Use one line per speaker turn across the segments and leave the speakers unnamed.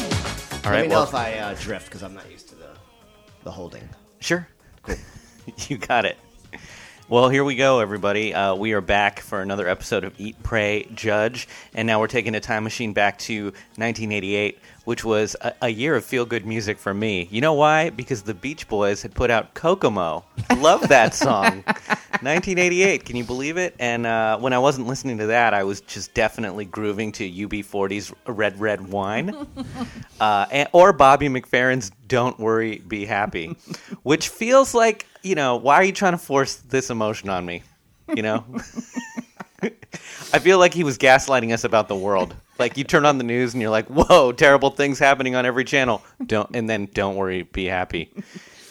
All
Let
right.
me know
well,
if I uh, drift because I'm not used to the the holding.
Sure. Cool. you got it. Well, here we go, everybody. Uh, we are back for another episode of Eat, Pray, Judge, and now we're taking a time machine back to 1988, which was a, a year of feel good music for me. You know why? Because the Beach Boys had put out Kokomo. Love that song. 1988. Can you believe it? And uh, when I wasn't listening to that, I was just definitely grooving to UB40's Red Red Wine. uh, and, or Bobby McFerrin's "Don't Worry, Be Happy," which feels like you know why are you trying to force this emotion on me? You know, I feel like he was gaslighting us about the world. Like you turn on the news and you're like, "Whoa, terrible things happening on every channel." Don't and then don't worry, be happy.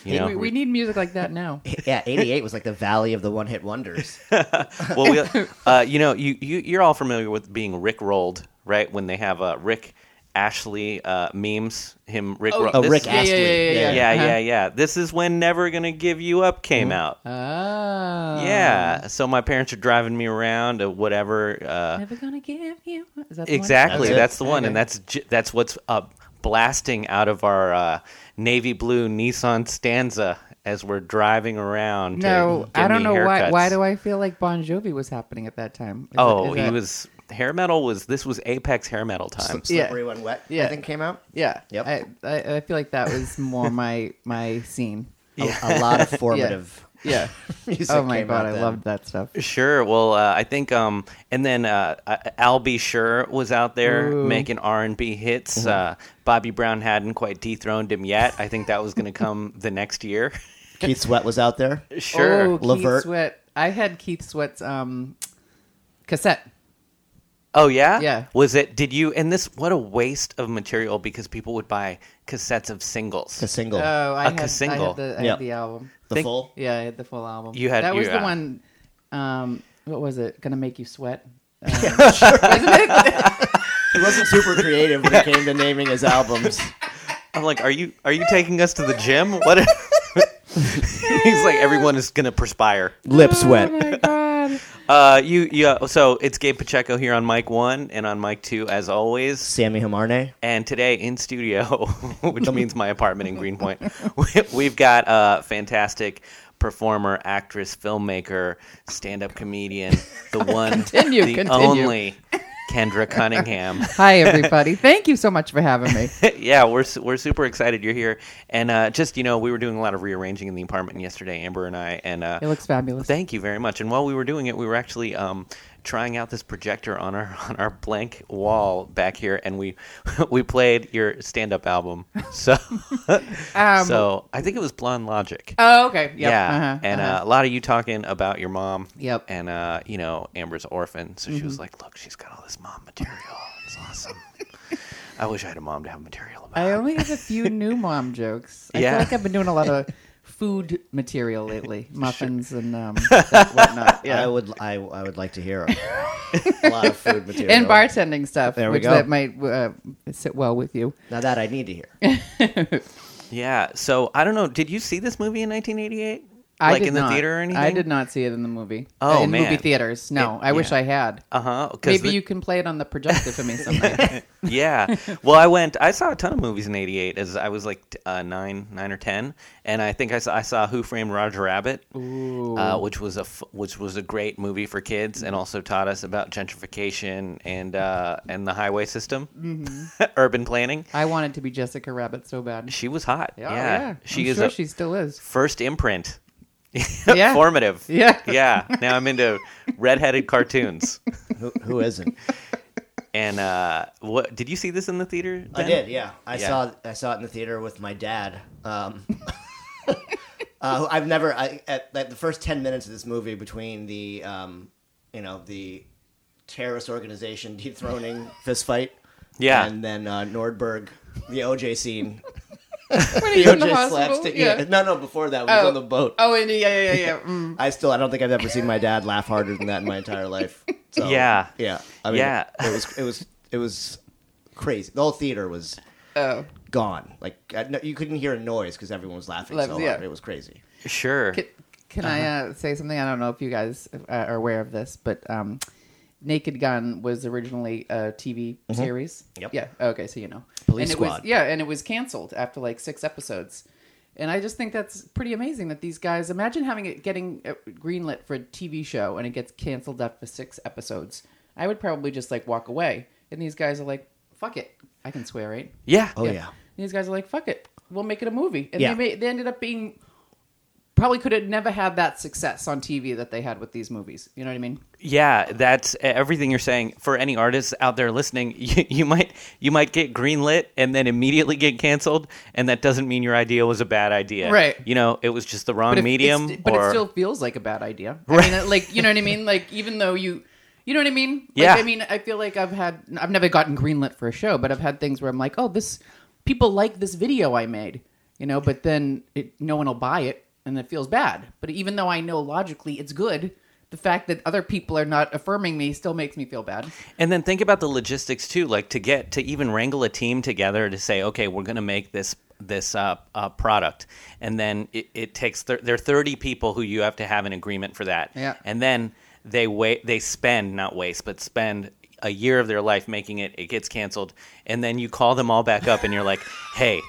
You know,
We, we need music like that now.
Yeah, 88 was like the valley of the one hit wonders.
well, we, uh, you know, you, you you're all familiar with being Rick rolled, right? When they have uh, Rick Ashley uh, memes, him Rick.
Oh,
Ro-
Oh,
this-
Rick
yeah,
Astley.
yeah, yeah, yeah.
yeah,
Uh-huh. Mm-hmm.
yeah, yeah. This is when "Never Gonna Give You Up" came out.
Ah.
Yeah. So my parents are driving me around or whatever. Uh,
Never gonna give you. Is that the one?
exactly.
That's it.
That's, the one, and
Okay.
that's j- that's what's uh, blasting out of our uh, navy blue Nissan Stanza as we're driving around. to
No,
give
I don't
me
know why.
haircuts.
Why do I feel like Bon Jovi was happening at that time? Is that-
Oh,
is
he
that-
was hair metal. Was this was apex hair metal time?
Slippery When Wet, I
Yeah.
think, came out.
Yeah.
Yep.
I, I, I feel like that was more my my scene.
A- A, lot of formative
Yeah.
music.
oh my
came
god,
out
I
then.
loved that stuff.
Sure. Well, uh, I think, um, and then uh, uh, Al B. Sure was out there
Ooh. Mm-hmm.
making R and B hits. Uh, Bobby Brown hadn't quite dethroned him yet. I think that was going to come the next year.
Keith Sweat was out there.
Sure.
Oh,
Levert.
Keith Sweat. I had Keith Sweat's um, cassette.
Oh yeah,
Yeah.
Was it? Did you? And this, what a waste of material because people would buy cassettes of singles.
The single.
Oh, I
A
had, I
single.
had, the, I
Yeah.
had the album.
the
think-
full.
Yeah, I had the full album.
You had-
that was
you-
the
uh,
one. Um, what was it? Gonna make you sweat. Um,
He wasn't super creative when it came to naming his albums.
I'm like, are you are you taking us to the gym? What? He's like, everyone is going to perspire.
Lip Sweat.
Oh my god.
Uh, you yeah. So it's Gabe Pacheco here on mic one and on mic two as always.
Sammy Hamarne.
And today in studio, which means my apartment in Greenpoint, we- we've got a fantastic performer, actress, filmmaker, stand-up comedian, the one,
Continue,
the
continue.
only Kendra Cunningham.
Hi everybody. Thank you so much for having me.
yeah, we're su- we're super excited you're here, and uh, just you know, we were doing a lot of rearranging in the apartment yesterday, Amber and I, and uh,
It looks fabulous.
Thank you very much. And while we were doing it, we were actually um, trying out this projector on our on our blank wall back here, and we we played your stand up album. So
Um,
so I think it was Blonde Logic.
Oh, okay. Yep.
yeah,
Uh-huh,
and
uh-huh.
Uh, a lot of you talking about your mom.
Yep. Mm-hmm.
And uh, you know, Amber's orphan, so she was like, "Look, she's got all this mom material. It's awesome. I wish I had a mom to have material about."
I only have a few new mom jokes. I
Yeah.
feel like I've been doing a lot of food material lately, muffins and um, whatnot.
I
Yeah.
would I, I would like to hear a lot of food material.
and bartending stuff,
There we
which
go.
that might uh, sit well with you.
Now that I need to hear.
yeah. So I don't know. Did you see this movie in 1988?
I
like
did
in the
not.
theater or anything?
I did not see it in the movie.
Oh,
in movie
man.
theaters. No,
It-
I wish
yeah.
I had.
Uh huh.
Maybe you can play it on the projector for me sometime.
yeah. Well, I went. I saw a ton of movies in '88 as I was like t- uh, nine, nine or ten, and I think I saw, I saw Who Framed Roger Rabbit, Uh, which was a f- which was a great movie for kids,
Mm-hmm.
and also taught us about gentrification and uh, and the highway system,
Mm-hmm.
urban planning.
I wanted to be Jessica Rabbit so bad.
She was hot.
Oh,
Yeah, she
She I'm
is
sure
a
she still is.
first imprint.
Yeah.
Formative.
Yeah.
Yeah. Now I'm into redheaded cartoons.
Who, who isn't?
And uh, what did you see this in the theater?
I
Ben?
did, yeah. I
Yeah.
saw I saw it in the theater with my dad. Um, uh, who I've never I, at, at the first ten minutes of this movie between the um, you know the terrorist organization dethroning fist fight,
Yeah.
and then uh, Nordberg, the OJ scene,
When
the
he's in the
OJ
hospital.
slapstick.
yeah.
Yeah. no, no, before that, we was
Oh.
on the boat.
Oh, and yeah, yeah, yeah, yeah. Mm.
I still I don't think I've ever seen my dad laugh harder than that in my entire life. So,
Yeah.
yeah, I mean,
Yeah.
it was it was it was crazy. The whole theater was
Uh,
Oh,
gone. Like I, no, you couldn't hear a noise because everyone was laughing so
Laugh-
loud.
yeah.
It was crazy.
Sure.
Uh-huh.
can, can I uh, say something? I don't know if you guys uh, are aware of this, but um, Naked Gun was originally a TV series.
Mm-hmm. Yep.
Yeah. Okay, so you know.
Police
and it
Squad.
Was, yeah, and it was canceled after like six episodes. And I just think that's pretty amazing that these guys imagine having it getting uh, greenlit for a TV show and it gets canceled after six episodes. I would probably just like walk away. And these guys are like, "Fuck it, I can swear, right?"
Yeah.
Oh yeah.
And these guys are like, fuck it, we'll make it a movie. And
Yeah.
they, made, they ended up being probably could have never had that success on TV that they had with these movies. You know what I mean?
Yeah, that's e, everything you're saying. For any artists out there listening, you, you might you might get greenlit and then immediately get canceled, and that doesn't mean your idea was a bad idea.
Right.
You know, it was just the wrong
if-
medium.
it's- but
or,
it still feels like a bad idea.
Right.
I mean, like you know what I mean? Like even though you, you know what I mean? Like,
Yeah.
I mean, I feel like I've had I've never gotten greenlit for a show, but I've had things where I'm like, oh, this people like this video I made, you know, but then it, no one will buy it, and it feels bad. But even though I know logically it's good. The fact that other people are not affirming me still makes me feel bad.
And then think about the logistics too, like to get to even wrangle a team together to say, okay, we're going to make this this uh, uh, product, and then it, it takes thir- there are thirty people who you have to have an agreement for that.
Yeah.
And then they wait, they spend not waste, but spend a year of their life making it. It gets canceled, and then you call them all back up, and you're like, hey,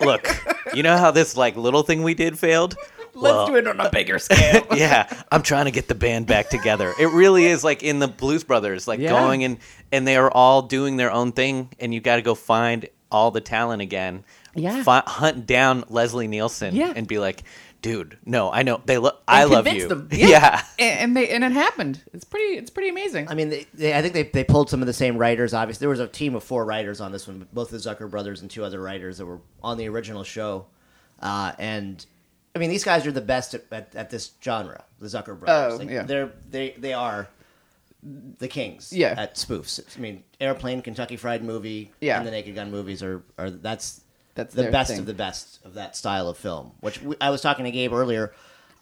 look, you know how this like little thing we did failed. Well,
Let's do it on a bigger scale.
yeah, I'm trying to get the band back together. It really is like in the Blues Brothers, like
Yeah.
going and and they are all doing their own thing, and you got to go find all the talent again.
Yeah.
Fi- hunt down Leslie Nielsen.
Yeah.
and be like, dude, no, I know they love, I love
convince
you.
them.
Yeah.
and, and they and it happened. It's pretty. It's pretty amazing.
I mean, they, they, I think they, they pulled some of the same writers. Obviously, there was a team of four writers on this one, both the Zucker brothers and two other writers that were on the original show. Uh, and I mean, these guys are the best at, at, at this genre. The Zucker brothers,
Oh, yeah.
they're they they are the kings.
Yeah.
at spoofs. I mean, Airplane, Kentucky Fried Movie,
Yeah.
and the Naked Gun movies are are that's
That's
the
their
best
thing.
of the best of that style of film. Which we, I was talking to Gabe earlier.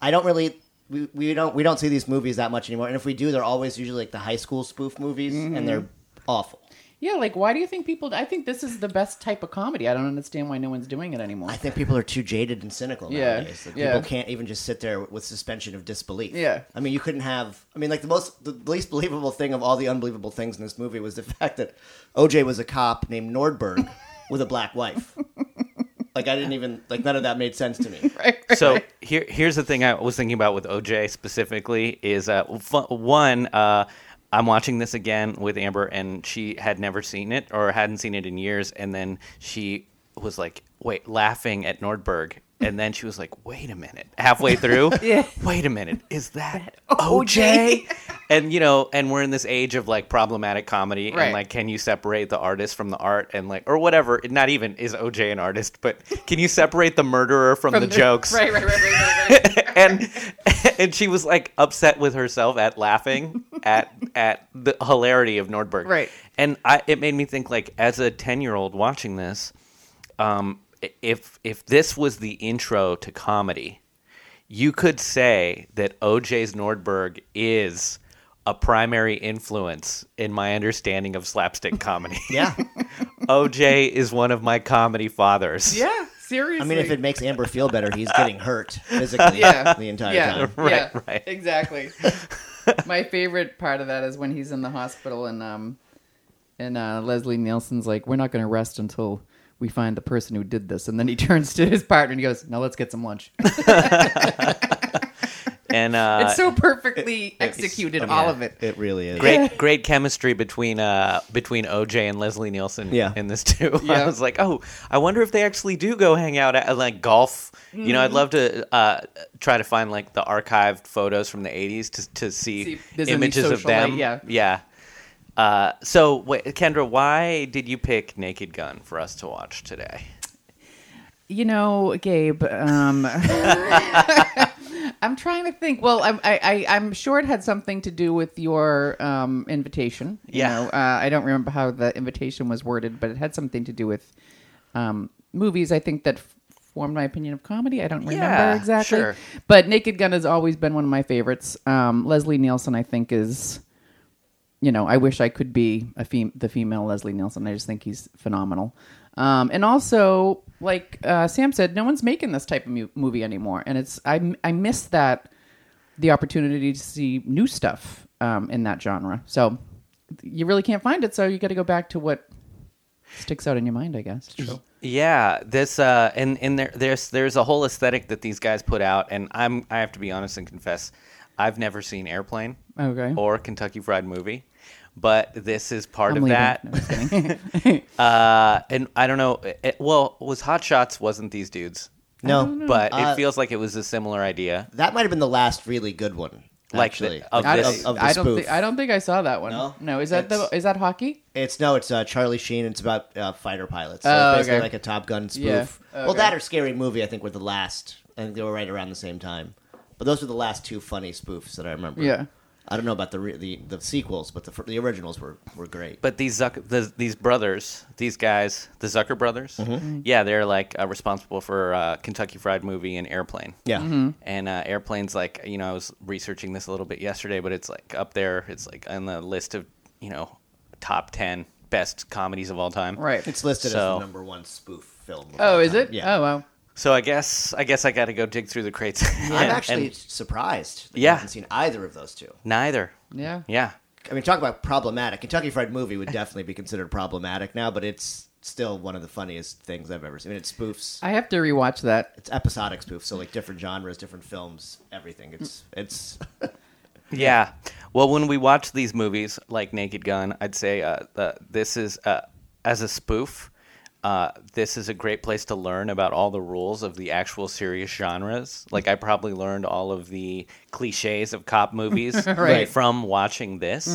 I don't really we, we don't we don't see these movies that much anymore. And if we do, they're always usually like the high school spoof movies,
Mm-hmm.
and they're awful.
yeah. Like, why do you think people? I think this is the best type of comedy. I don't understand why no one's doing it anymore.
I think people are too jaded and cynical
Yeah,
nowadays. Like,
yeah.
People can't even just sit there with suspension of disbelief.
Yeah.
I mean, you couldn't have. I mean, like the most, the least believable thing of all the unbelievable things in this movie was the fact that OJ was a cop named Nordberg with a black wife. Like I didn't even like none of that made sense to me.
so here, here's the thing I was thinking about with OJ specifically is uh, fu- one, uh, I'm watching this again with Amber, and she had never seen it or hadn't seen it in years, and then she was like, "Wait," laughing at Nordberg, and then she was like, "Wait a minute!" Halfway through,
Yeah.
Wait a minute, is that
OJ?
OJ? and you know, and we're in this age of like problematic comedy,
Right.
and like, can you separate the artist from the art, and like, or whatever? Not even is OJ an artist, but can you separate the murderer from, the, jokes?
Right. Right. Right. Right. right, right.
and and she was like upset with herself at laughing at at the hilarity of Nordberg.
Right.
And I it made me think like as a 10-year-old watching this, um i- if if this was the intro to comedy, you could say that OJ's Nordberg is a primary influence in my understanding of slapstick comedy.
Yeah.
OJ is one of my comedy fathers.
yeah. Seriously.
I mean, if it makes Amber feel better, he's getting hurt physically
Yeah.
the entire
yeah.
time.
Right,
yeah,
right.
Exactly. My favorite part of that is when he's in the hospital and um and uh, Leslie Nielsen's like, "We're not going to rest until." We find the person who did this, and then he turns to his partner and he goes, "Now let's get some lunch."
And uh
It's so perfectly executed, all of it.
It really is.
great great chemistry between uh between OJ and Leslie Nielsen
Yeah.
in this too. I
Yeah.
was like, oh, I wonder if they actually do go hang out at like golf. You know,
Mm-hmm.
I'd love to uh try to find like the archived photos from the '80s to to see,
See if there's any
images of
social
them.
light, yeah.
yeah. Uh, so, wait, Kendra, why did you pick Naked Gun for us to watch today?
You know, Gabe, um, I'm trying to think. Well, I'm, I, I, I'm sure it had something to do with your um, invitation. You
Yeah.
Know, uh, I don't remember how the invitation was worded, but it had something to do with um, movies, I think, that f- formed my opinion of comedy. I don't remember
Yeah,
exactly.
sure.
But Naked Gun has always been one of my favorites. Um, Leslie Nielsen, I think, is. you know, I wish I could be a fem- the female Leslie Nielsen. I just think he's phenomenal. Um, and also, like uh, Sam said, no one's making this type of mu- movie anymore, and it's I I miss that the opportunity to see new stuff um, in that genre. So you really can't find it, so you got to go back to what sticks out in your mind, I guess.
Yeah, this uh, and and there there's there's a whole aesthetic that these guys put out, and I'm I have to be honest and confess, I've never seen Airplane
Okay.
or Kentucky Fried Movie, but this is part
I'm
of
leaving.
that.
No, I'm kidding.
Uh, and I don't know. It, well, was Hot Shots wasn't these dudes,
Hmm,
No,
but
Uh,
it feels like it was a similar idea.
that might have been the last really good one.
Like
Actually,
the- of
I
this-
don't.
of the
I don't,
spoof.
thi- I don't think I saw that one.
No?
is that the,
It's-
is that hockey?
It's no, it's uh, Charlie Sheen. It's about uh, fighter pilots. So
Oh,
it's basically
okay.
like a Top Gun spoof.
Yeah. Oh,
Well,
Okay.
that or Scary Movie, I think, were the last. I think they were right around the same time. But those were the last two funny spoofs that I remember.
Yeah.
I don't know about the re- the, the sequels, but the fir- the originals were, were great.
But these Zuck, the, these brothers, these guys, the Zucker brothers,
Mm.
yeah, they're like uh, responsible for uh, Kentucky Fried Movie and Airplane.
yeah.
Mm-hmm.
And uh, airplanes, like you know, I was researching this a little bit yesterday, but it's like up there. It's like on the list of you know top ten best comedies of all time.
Right.
It's listed as
So-
the number one spoof film. of
oh,
all
is
time.
it?
Yeah.
Oh wow.
So I guess I guess I got to go dig through the crates.
I'm
And-
actually
and
surprised that you
Yeah.
haven't seen either of those two.
neither.
Yeah.
Yeah.
I mean, talk about problematic. Kentucky Fried Movie would definitely be considered problematic now, but it's still one of the funniest things I've ever seen. I mean, it spoofs.
I have to rewatch that.
it's episodic spoof, so like different genres, different films, everything.
Mm.
It's it's
Yeah. Well, when we watch these movies like Naked Gun, I'd say uh, the, this is uh, as a spoof. Uh, this is a great place to learn about all the rules of the actual serious genres. Like I probably learned all of the cliches of cop movies
Right.
from watching this,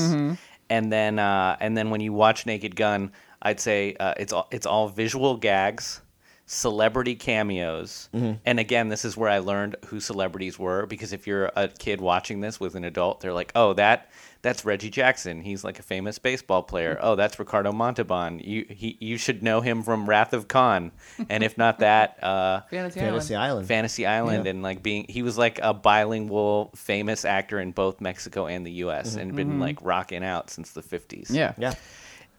and then uh, and then when you watch Naked Gun, I'd say uh, it's all it's all visual gags, celebrity cameos, and again, this is where I learned who celebrities were because if you're a kid watching this with an adult, they're like, oh that that's Reggie Jackson, he's like a famous baseball player. Oh, that's Ricardo Montalban, you he, you should know him from Wrath of Khan, and if not that, uh,
Fantasy,
Fantasy
Island.
Island.
Fantasy Island and like being he was like a bilingual famous actor in both Mexico and the US and been like rocking out since the 50s.
Yeah.
yeah,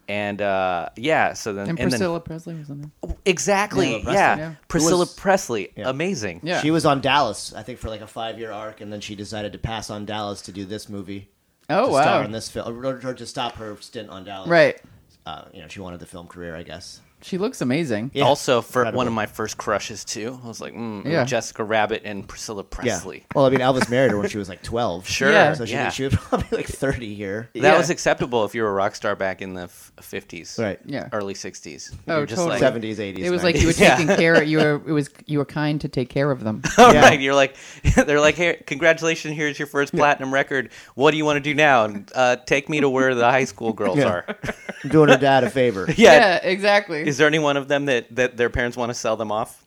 And uh yeah, so then
And
and
Priscilla Presley was in there.
then exactly.
Priscilla Presley,
yeah.
yeah.
Priscilla
Was-
Presley,
Yeah.
amazing.
Yeah.
She was on Dallas, I think, for like a five year arc, and then she decided to pass on Dallas to do this movie.
Oh
to
wow.
Star in this film, or or to stop her stint on Dallas.
Right.
Uh, you know, she wanted the film career, I guess.
She looks amazing.
Yeah.
also for
Incredible.
one of my first crushes too. I was like, mm,
Yeah.
Jessica Rabbit and Priscilla Presley.
Well, I mean, Elvis married her when she was like twelve.
Sure.
Yeah.
Yeah.
So she, she was probably like thirty here.
that
Yeah.
was acceptable if you were a rock star back in the f- 50s.
Right.
Yeah.
Early 60s.
Oh,
You're just
totally.
like,
Seventies, eighties.
It was like you were
Yeah.
taking care. Of, you were. It was you were kind to take care of them.
All
Yeah.
right, you're like, they're like, here, congratulations, here's your first platinum record. What do you want to do now? And, uh, take me to where the high school girls
Yeah.
are.
doing her dad a favor.
Yeah.
exactly.
Is there any one of them that, that their parents want to sell them off?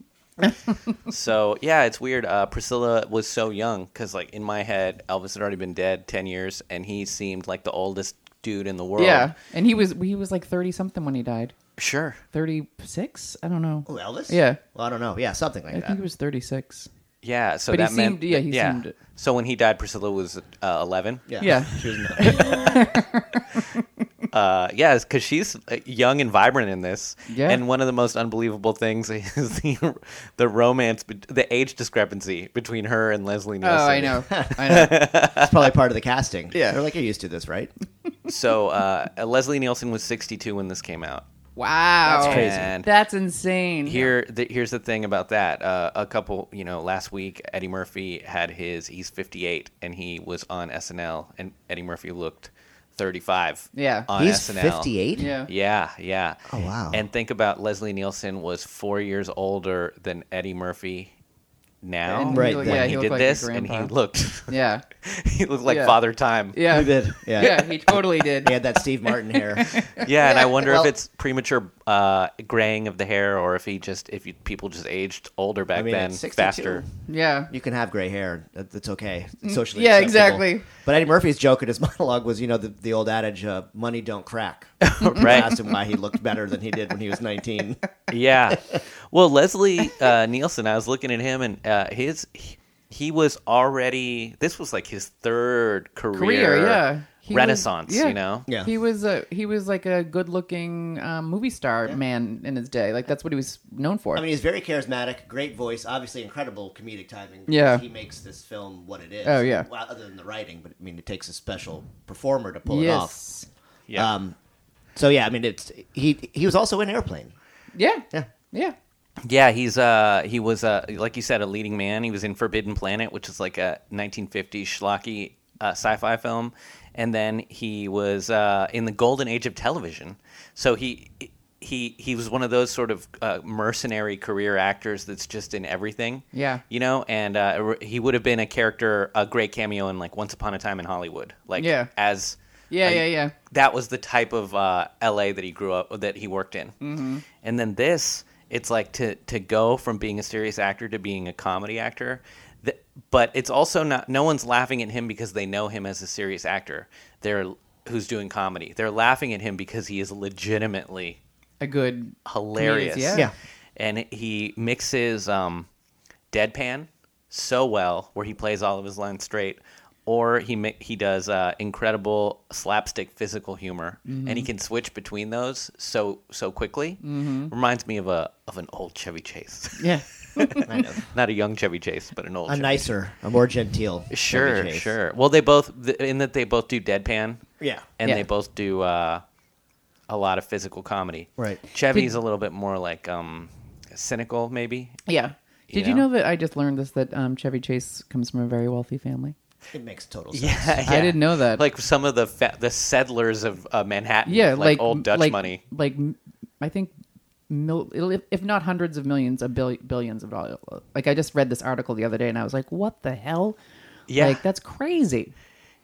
so yeah, it's weird. Uh, Priscilla was so young because, like, in my head, Elvis had already been dead ten years, and he seemed like the oldest dude in the world.
yeah, and he was he was like thirty something when he died.
sure.
Thirty six? I don't know.
Oh, Elvis.
Yeah.
Well, I don't know. Yeah, something like
I
that.
think he was thirty six.
Yeah. So
But he
that meant
seemed- yeah, he seemed it.
So when he died, Priscilla was uh, eleven.
yeah.
Yeah.
She was not.
Uh, yeah, because she's uh, young and vibrant in this.
Yeah.
And one of the most unbelievable things is the the romance, be- the age discrepancy between her and Leslie Nielsen.
Oh, I know. I know.
That's probably part of the casting.
Yeah.
They're like, you're used to this, right?
So uh, Leslie Nielsen was 62 when this came out.
Wow.
That's crazy.
And-
That's insane.
Here, the, here's the thing about that. Uh, a couple, you know, last week Eddie Murphy had his. He's 58, and he was on SNL, and Eddie Murphy looked 35.
Yeah.
on
He's
SNL.
58.
Yeah.
Yeah, yeah.
Oh, wow.
And think about Leslie Nielsen was four years older than Eddie Murphy now.
And
he Right.
looked-
when
yeah,
He,
he
did
looked like your
this, and he
grandpa.
looked
Yeah.
he looked like
Yeah.
Father Time.
Yeah.
He did. Yeah.
Yeah, he totally did.
He had that Steve Martin hair.
Yeah, and I wonder
Well-
if it's premature uh, graying of the hair, or if he just if you, people just aged older back
I mean,
then,
at 62,
faster.
Yeah.
You can have gray hair. That- That's okay. It's socially
Mm. Yeah,
acceptable.
exactly.
But Eddie Murphy's joke in his monologue was, you know, the, the old adage, uh, money don't crack. People
Right.
asked him why he looked better than he did when he was 19.
yeah. Well, Leslie uh, Nielsen, I was looking at him, and uh, his he, he was already this was like his third career,
Career, yeah. He was-
renaissance.
yeah.
You know,
Yeah.
He was a he was like a good looking um, movie star man in his day. Like that's what he was known for.
I mean, he's very charismatic, great voice, obviously incredible comedic timing. because
Yeah.
He makes this film what it is.
Oh, yeah.
Well, other than the writing, but I mean, it takes a special performer to pull it off.
yes.
Yeah.
Um, so yeah, I mean, it's he he was also in Airplane.
Yeah.
Yeah.
Yeah.
Yeah, he's uh he was uh like you said a leading man. He was in Forbidden Planet, which is like a 1950s schlocky uh, sci-fi film, and then he was uh, in the golden age of television. So he he he was one of those sort of uh, mercenary career actors that's just in everything.
Yeah.
you know, and uh, he would have been a character, a great cameo in like Once Upon a Time in Hollywood, like
Yeah.
as
Yeah,
like,
yeah, yeah.
that was the type of uh, LA that he grew up that he worked in. Mm-hmm. And then this, it's like to to go from being a serious actor to being a comedy actor. Th- But it's also not no one's laughing at him because they know him as a serious actor. They're who's doing comedy. They're laughing at him because he is legitimately
A good
hilarious.
yeah.
Yeah.
And he mixes um, deadpan so well, where he plays all of his lines straight, or he mi- he does uh, incredible slapstick physical humor, and he can switch between those so so quickly. Reminds me of a of an old Chevy Chase,
Yeah.
Kind of.
not a young Chevy Chase, but an old.
a
Chevy.
nicer, a more genteel.
Sure,
Chevy Chase.
sure. Well, they both th- in that they both do deadpan,
Yeah.
and
Yeah.
they both do uh, a lot of physical comedy.
Right.
Chevy's a little bit more like um, cynical, maybe.
Yeah. Did you
know?
know that I just learned this that um, Chevy Chase comes from a very wealthy family?
It makes total sense.
I didn't know that.
Like some of the fa- the settlers of uh, Manhattan.
yeah, like,
old Dutch
like-
money.
Like m- I think mil- it'll- if- if not hundreds of millions, of bill- billions of dollars. Like I just read this article the other day and I was like, "What the hell?"
Yeah.
Like that's crazy.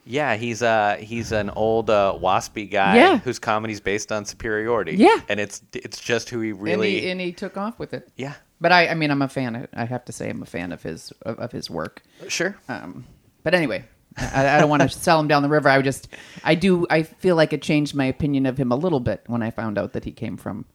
Yeah, he's uh he's an old uh, waspy guy
Yeah.
whose comedy's based on superiority.
Yeah.
and it's it's just who he
And
really.
he, and he took off with it.
yeah,
But I, I mean, I'm a fan. Of, I have to say, I'm a fan of his of, of his work.
sure.
Um, but anyway, I, I don't want to sell him down the river. I just, I do, I feel like it changed my opinion of him a little bit when I found out that he came from.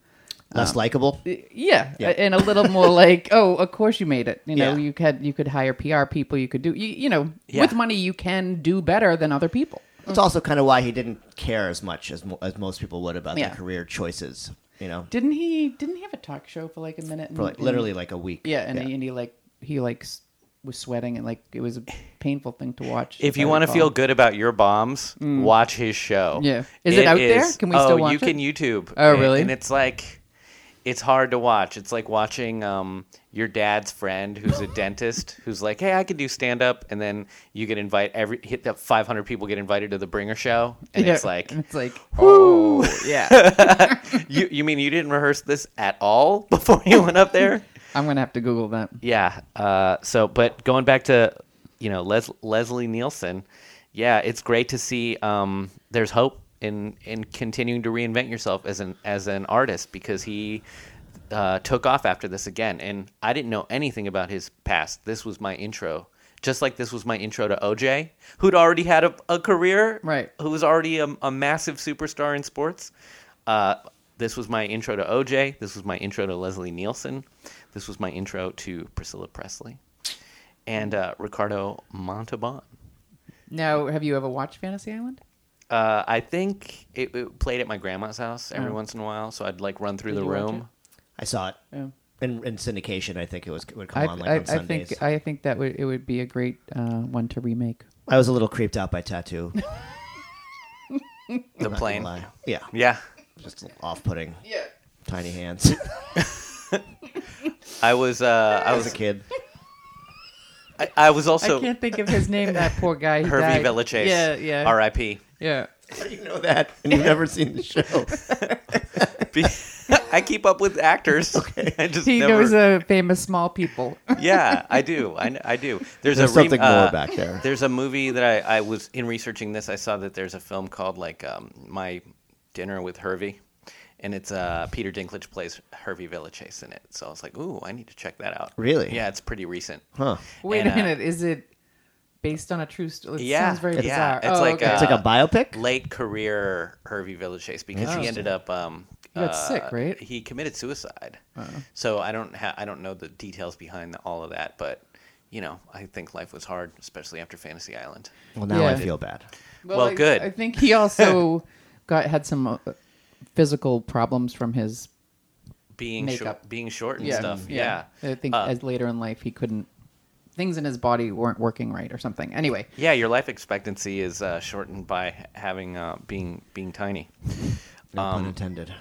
Less likable.
Um, Yeah,
Yeah.
and a little more like, oh, of course you made it. You know,
Yeah.
you could you could hire PR people. You could do, you, you know,
Yeah.
with money you can do better than other people.
That's also kind of why he didn't care as much as mo- as most people would about
Yeah.
their career choices. You know,
Didn't he? Didn't he have a talk show for like a minute? And,
for like literally like a week.
yeah, and, He, and he like he like s- was sweating and like it was a painful thing to watch.
If you
I
want to feel
recall.
good about your bombs, watch his show.
Mm. Yeah. Is it out there? Can we
oh,
still watch
you can
it?
YouTube.
Oh,
it-
really?
And it's like, it's hard to watch. It's like watching um, your dad's friend who's a dentist who's like, hey, I can do stand up, and then you get invite every hit that 500 people get invited to the Bringer show, and
Yeah,
it's like,
and it's like, oh yeah,
you you mean you didn't rehearse this at all before you went up there?
I'm gonna have to Google that.
Yeah. Uh, so, but going back to, you know, Les- Leslie Nielsen, yeah, it's great to see. Um, there's hope in in continuing to reinvent yourself as an as an artist because he uh, took off after this again, and I didn't know anything about his past. This was my intro. Just like this was my intro to OJ, who'd already had a, a career,
Right.
Who was already a, a massive superstar in sports. Uh, this was my intro to OJ. This was my intro to Leslie Nielsen. This was my intro to Priscilla Presley and uh, Ricardo Montalban.
Now, have you ever watched Fantasy Island?
Uh, I think it, it played at my grandma's house every once in a while, so I'd like run through
Mm. Did
the
you watch
room.
I saw it
Yeah.
in, in syndication. I think it was would come
Oh. I,
on like
I,
on
I
Sundays.
think uh, I think that would it would be a great uh, one to remake.
I was a little creeped out by tattoo. I'm
The
not gonna
plane,
lie. Yeah,
yeah.
just off-putting.
Yeah.
Tiny hands.
I was, uh, I
I was a
was,
kid.
I, I was also
I can't think of his name. That poor guy. who
Hervey
died.
Villachase.
Yeah, yeah,
R.I.P.
yeah.
you know that, and you've never seen the show.
Be- I keep up with actors. I just
He
never-
knows a famous small people.
yeah, I do. I, kn- I do. There's,
There's
a rem-
something more
uh,
back there.
There's a movie that I, I was in researching this. I saw that there's a film called like um, My Dinner with Hervey, and it's uh, Peter Dinklage plays Hervey Villachase in it. So I was like, ooh, I need to check that out.
Really?
Yeah, it's pretty recent.
Huh.
Wait
And,
a
uh,
minute. Is it based on a true story?
Yeah,
sounds very
yeah.
bizarre.
It's
oh,
like,
okay.
uh,
It's like a biopic.
Late career Hervey Villachase because he ended up. Um,
He got sick, right?
He committed suicide.
Uh-huh.
So I don't ha- I don't know the details behind the, all of that, but you know, I think life was hard, especially after Fantasy Island.
Well, now I
Yeah.
feel bad.
well,
I-
good.
I think he also got had some uh, physical problems from his
being short,
Makeup.
being short and
yeah,
stuff. Yeah.
I think
Uh,
as later in life he couldn't things in his body weren't working right or something. Anyway,
Yeah, your life expectancy is uh, shortened by having uh, being being tiny.
No
Um,
pun intended.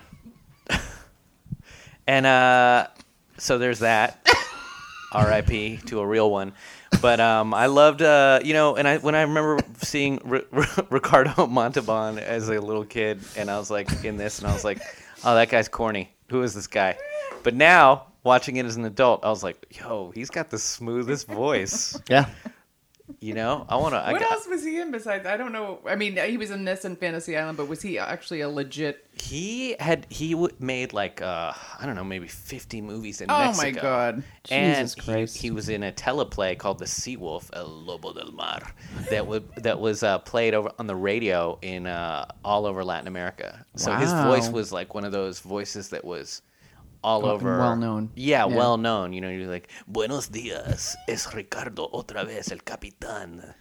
And uh, so there's that. R.I.P. to a real one. But um, I loved, uh, you know, and I when I remember seeing R- Ricardo Montalban as a little kid, and I was like in this, and I was like, oh, that guy's corny. Who is this guy? But now watching it as an adult, I was like, yo, he's got the smoothest voice.
Yeah.
You know, I want to.
what
I,
else was he in besides? I don't know. I mean, he was in this and Fantasy Island, but was he actually a legit?
He had he w- made like uh, I don't know, maybe fifty movies in
Oh my
Mexico.
God.
And
Jesus
he-
Christ.
He, was in a teleplay called "The Sea Wolf, El Lobo del Mar," that would that was uh, played over on the radio in uh, all over Latin America. So his
Wow.
voice was like one of those voices that was all
Oh, and
over,
well-known.
Yeah,
Yeah.
well known. You know, you're like "Buenos dias, es Ricardo otra vez el capitán."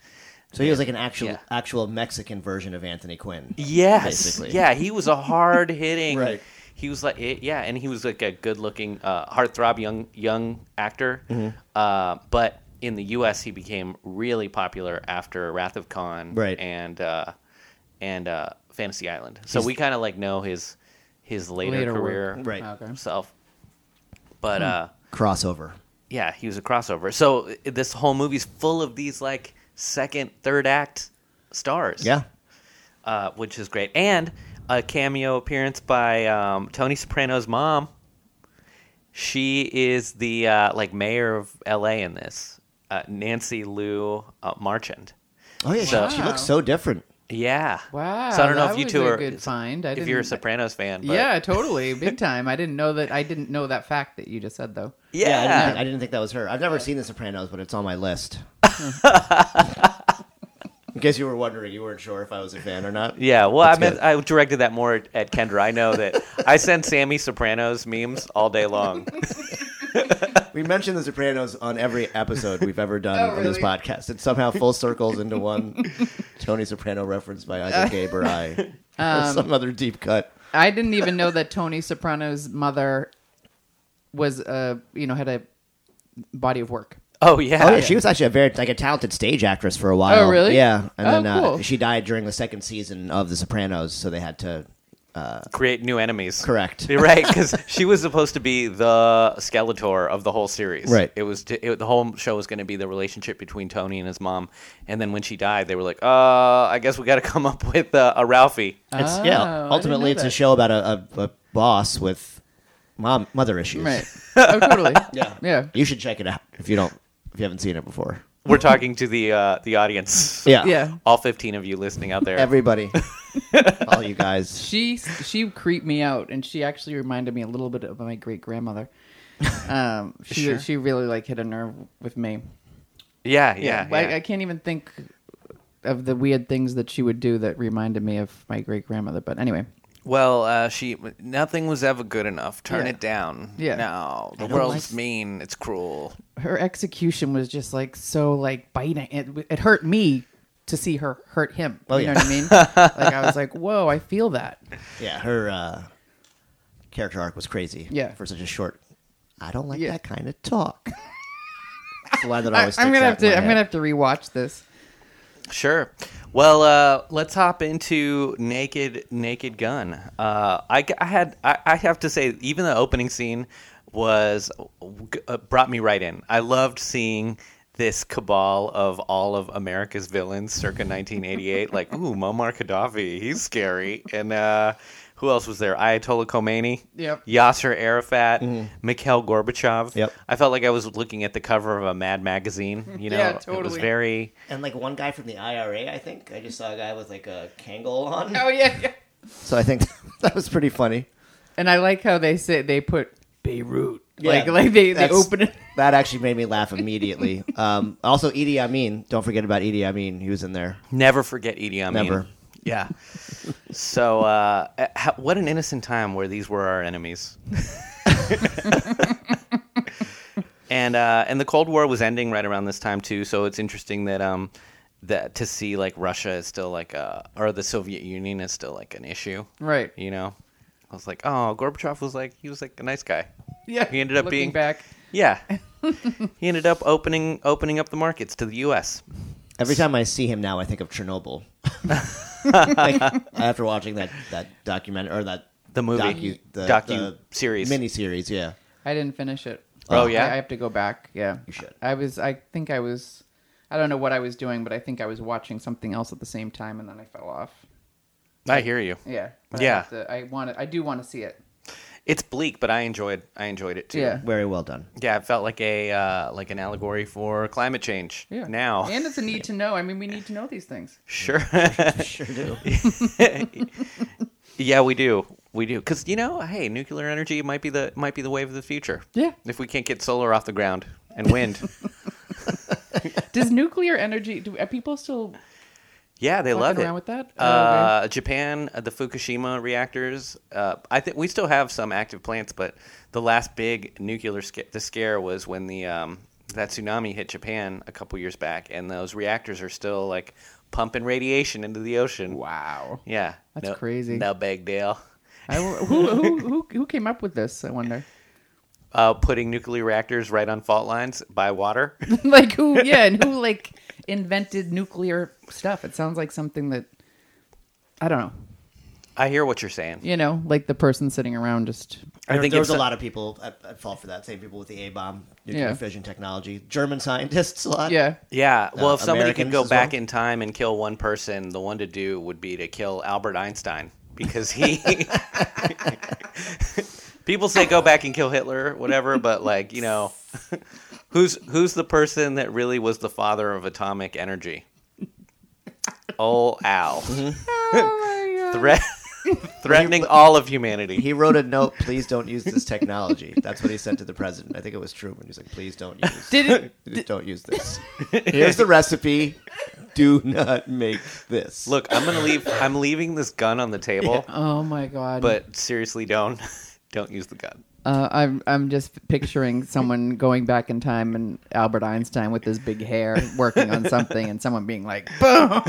So he was like an actual
Yeah.
actual Mexican version of Anthony Quinn.
Yes.
basically.
Yeah, he was a hard hitting.
Right.
He was like, it, yeah, and he was like a good looking, uh, heartthrob young young actor.
Mm-hmm.
Uh, but in the U.S., he became really popular after Wrath of Khan
Right.
and uh, and uh, Fantasy Island. So we kind of like know his his later,
Later work. Ah,
career
Right. Hmm.
Okay.
self. But uh,
Crossover.
yeah, he was a crossover. So i- this whole movie's full of these like second, third act stars
Yeah.
uh, which is great, and a cameo appearance by um, Tony Soprano's mom. She is the uh, like mayor of L.A. in this, uh, Nancy Lou uh, Marchand.
Oh yeah.
So-
She, she looks so different.
Yeah.
Wow,
So I don't know
that
if you
was
two
a
are
good find. I
if you're a
didn't-
Sopranos fan. But,
yeah, totally, big time. I didn't know that. I didn't know that fact that you just said though.
Yeah.
I didn't, think, I didn't think that was her. I've never seen The Sopranos, but it's on my list. In case you were wondering, you weren't sure if I was a fan or not.
Yeah, well,
That's
I meant
good.
I directed that more at- at Kendra. I know that I send Sammy Sopranos memes all day long.
We mentioned The Sopranos on every episode we've ever done
Oh,
on this
really?
podcast. It somehow full circles into one Tony Soprano reference by either Gabe or I, or some other deep cut.
I didn't even know that Tony Soprano's mother was a you know had a body of work.
Oh yeah.
Oh yeah, she was actually a very like a talented stage actress for a while.
Oh, really?
Yeah, and
Oh,
then uh,
cool.
she died during the second season of The Sopranos, so they had to
create new enemies.
Correct.
You're right, because she was supposed to be the Skeletor of the whole series.
Right.
It was to, it, the whole show was going to be the relationship between Tony and his mom, and then when she died, they were like, "Uh, I guess we got to come up with uh, a Ralphie."
It's
Oh,
yeah.
I didn't
Ultimately,
know
it's a
that.
show about a, a, a boss with mom mother issues.
Right. Oh, totally.
Yeah.
Yeah.
You should check it out if you don't if you haven't seen it before.
We're talking to the uh, the audience.
Yeah.
Yeah.
All 15 of you listening out there.
Everybody, all you guys.
She she creeped me out, and she actually reminded me a little bit of my great grandmother. Um, she
Sure.
she really like hit a nerve with me.
yeah, yeah. yeah.
I, I can't even think of the weird things that she would do that reminded me of my great grandmother. But anyway,
Well, uh, she nothing was ever good enough. Turn
Yeah.
it down.
Yeah.
No, the
don't
world's
like-
mean. It's cruel.
her execution was just like so like biting. It, it hurt me to see her hurt him.
Oh,
you
yeah.
know what I mean? like I was like, whoa, I feel that.
Yeah, her uh, character arc was crazy.
Yeah.
For such a short. I don't like
Yeah.
that kind of talk. It's the line that
I,
always
am
sticks
gonna
out
have
in my
to. I'm gonna
head.
have to rewatch this.
Sure. Well, uh, let's hop into Naked Naked Gun. Uh, I, I had I, I have to say, even the opening scene was uh, brought me right in. I loved seeing this cabal of all of America's villains circa 1988. like, ooh, Muammar Gaddafi, he's scary, and uh, who else was there? Ayatollah Khomeini.
Yep. Mm-hmm.
Yasser Arafat, Mikhail Gorbachev.
Yep.
I felt like I was looking at the cover of a Mad magazine. You know,
Yeah,
it was
totally.
very.
And like one guy from the IRA, I think I just saw a guy with like a Kangol on.
Oh yeah. yeah.
So I think that was pretty funny.
And I like how they say they put Beirut. Like
Yeah.
like they, they
That's-
open it.
That actually made me laugh immediately. um, also, Idi Amin. Don't forget about Idi Amin. He was in there.
Never forget E Idi Amin.
Never.
Yeah. so, uh, uh, how, what an innocent time where these were our enemies. and uh, and the Cold War was ending right around this time too. So it's interesting that um that to see like Russia is still like a or the Soviet Union is still like an issue.
Right.
You know, I was like, oh, Gorbachev was like he was like a nice guy.
Yeah.
He ended up
Looking
being-
back.
Yeah. he ended up opening opening up the markets to the U.S.
Every time I see him now, I think of Chernobyl. like, after watching that that document or that
The movie.
docu, the,
Docu-series.
mini series, yeah.
I didn't finish it.
Oh,
I-
yeah?
I have to go back. Yeah, you
should.
I was. I think I was. I don't know what I was doing, but I think I was watching something else at the same time, and then I fell off.
I hear you.
Yeah. but
Yeah.
I, have to- I want. I do want to see it.
It's bleak, but I enjoyed I enjoyed it too.
Yeah.
Very well done.
Yeah, it felt like a uh, like an allegory for climate change.
Yeah.
Now,
And it's a need to know. I mean, we need to know these things.
sure.
Sure do.
yeah, we do. We do. Cuz you know, hey, nuclear energy might be the might be the wave of the future.
Yeah.
If we can't get solar off the ground and wind.
Does nuclear energy? Do are people still
yeah, they love
fucking
it.
around with that? Oh, okay.
Uh, Japan, uh, the Fukushima reactors. Uh, I think we still have some active plants, but the last big nuclear sca- the scare was when the um, that tsunami hit Japan a couple years back, and those reactors are still like pumping radiation into the ocean.
wow.
Yeah,
That's crazy.
No big deal.
I will, who, who who who came up with this? I wonder.
Uh, putting nuclear reactors right on fault lines by water.
like who? Yeah, and who like invented nuclear stuff? It sounds like something that I don't know.
I hear what you're saying.
You know, like the person sitting around
I
just
I
think
think there
it's
was a
a-
lot of people at, at fault for that. Same people with the A bomb, nuclear
Yeah.
fission technology, German scientists a lot.
yeah.
Yeah. Well, if somebody
Americans
could go
as well.
back in time and kill one person, the one to do would be to kill Albert Einstein because he. People say go back and kill Hitler, whatever, but like you know, who's who's the person that really was the father of atomic energy? Oh, Al,
Mm-hmm.
Oh my god.
Thre- threatening all of humanity.
He wrote a note, please don't use this technology. That's what he sent to the president. I think it was Truman. He's like, please don't use
Did it?
please don't use this. Here's the recipe. Do not make this.
Look, I'm gonna leave. I'm leaving this gun on the table,
Oh my god.
but seriously, don't don't use the gun.
Uh, I'm I'm just picturing someone going back in time and Albert Einstein with his big hair working on something, and someone being like, "Boom,"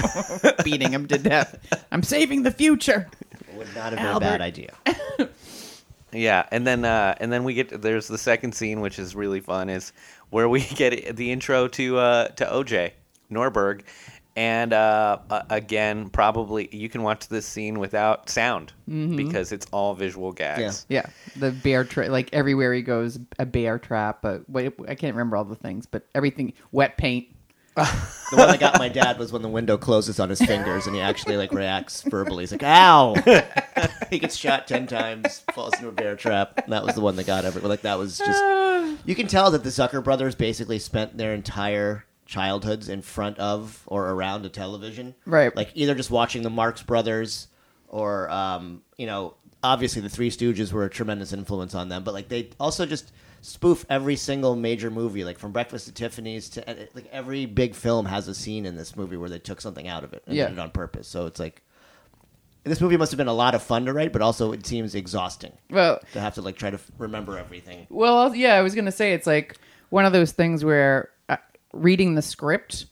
beating him to death. I'm saving the future.
would not have been
Albert.
a bad idea.
Yeah, and then uh, and then we get there's the second scene, which is really fun, is where we get the intro to uh, to OJ Norberg, and uh, a- again, probably you can watch this scene without sound because it's all visual gags.
Yeah, the bear trap. Like everywhere he goes, a bear trap. A, wait, I can't remember all the things, but everything. Wet paint.
The one that got my dad was when the window closes on his fingers and he actually like reacts verbally. He's like, "Ow!" he gets shot ten times, falls into a bear trap. And that was the one that got everyone. Like that was just. You can tell that the Zucker brothers basically spent their entire childhoods in front of or around a television,
Right.
Like either just watching the Marx Brothers or um, you know, obviously the Three Stooges were a tremendous influence on them, but like they also just spoof every single major movie, like from Breakfast at Tiffany's to and it- like every big film has a scene in this movie where they took something out of it and
Yeah.
did it on purpose. So it's like this movie must have been a lot of fun to write, but also it seems exhausting
Well,
to have to like try to f- remember everything.
Well, yeah, I was gonna say it's like one of those things where uh, reading the script,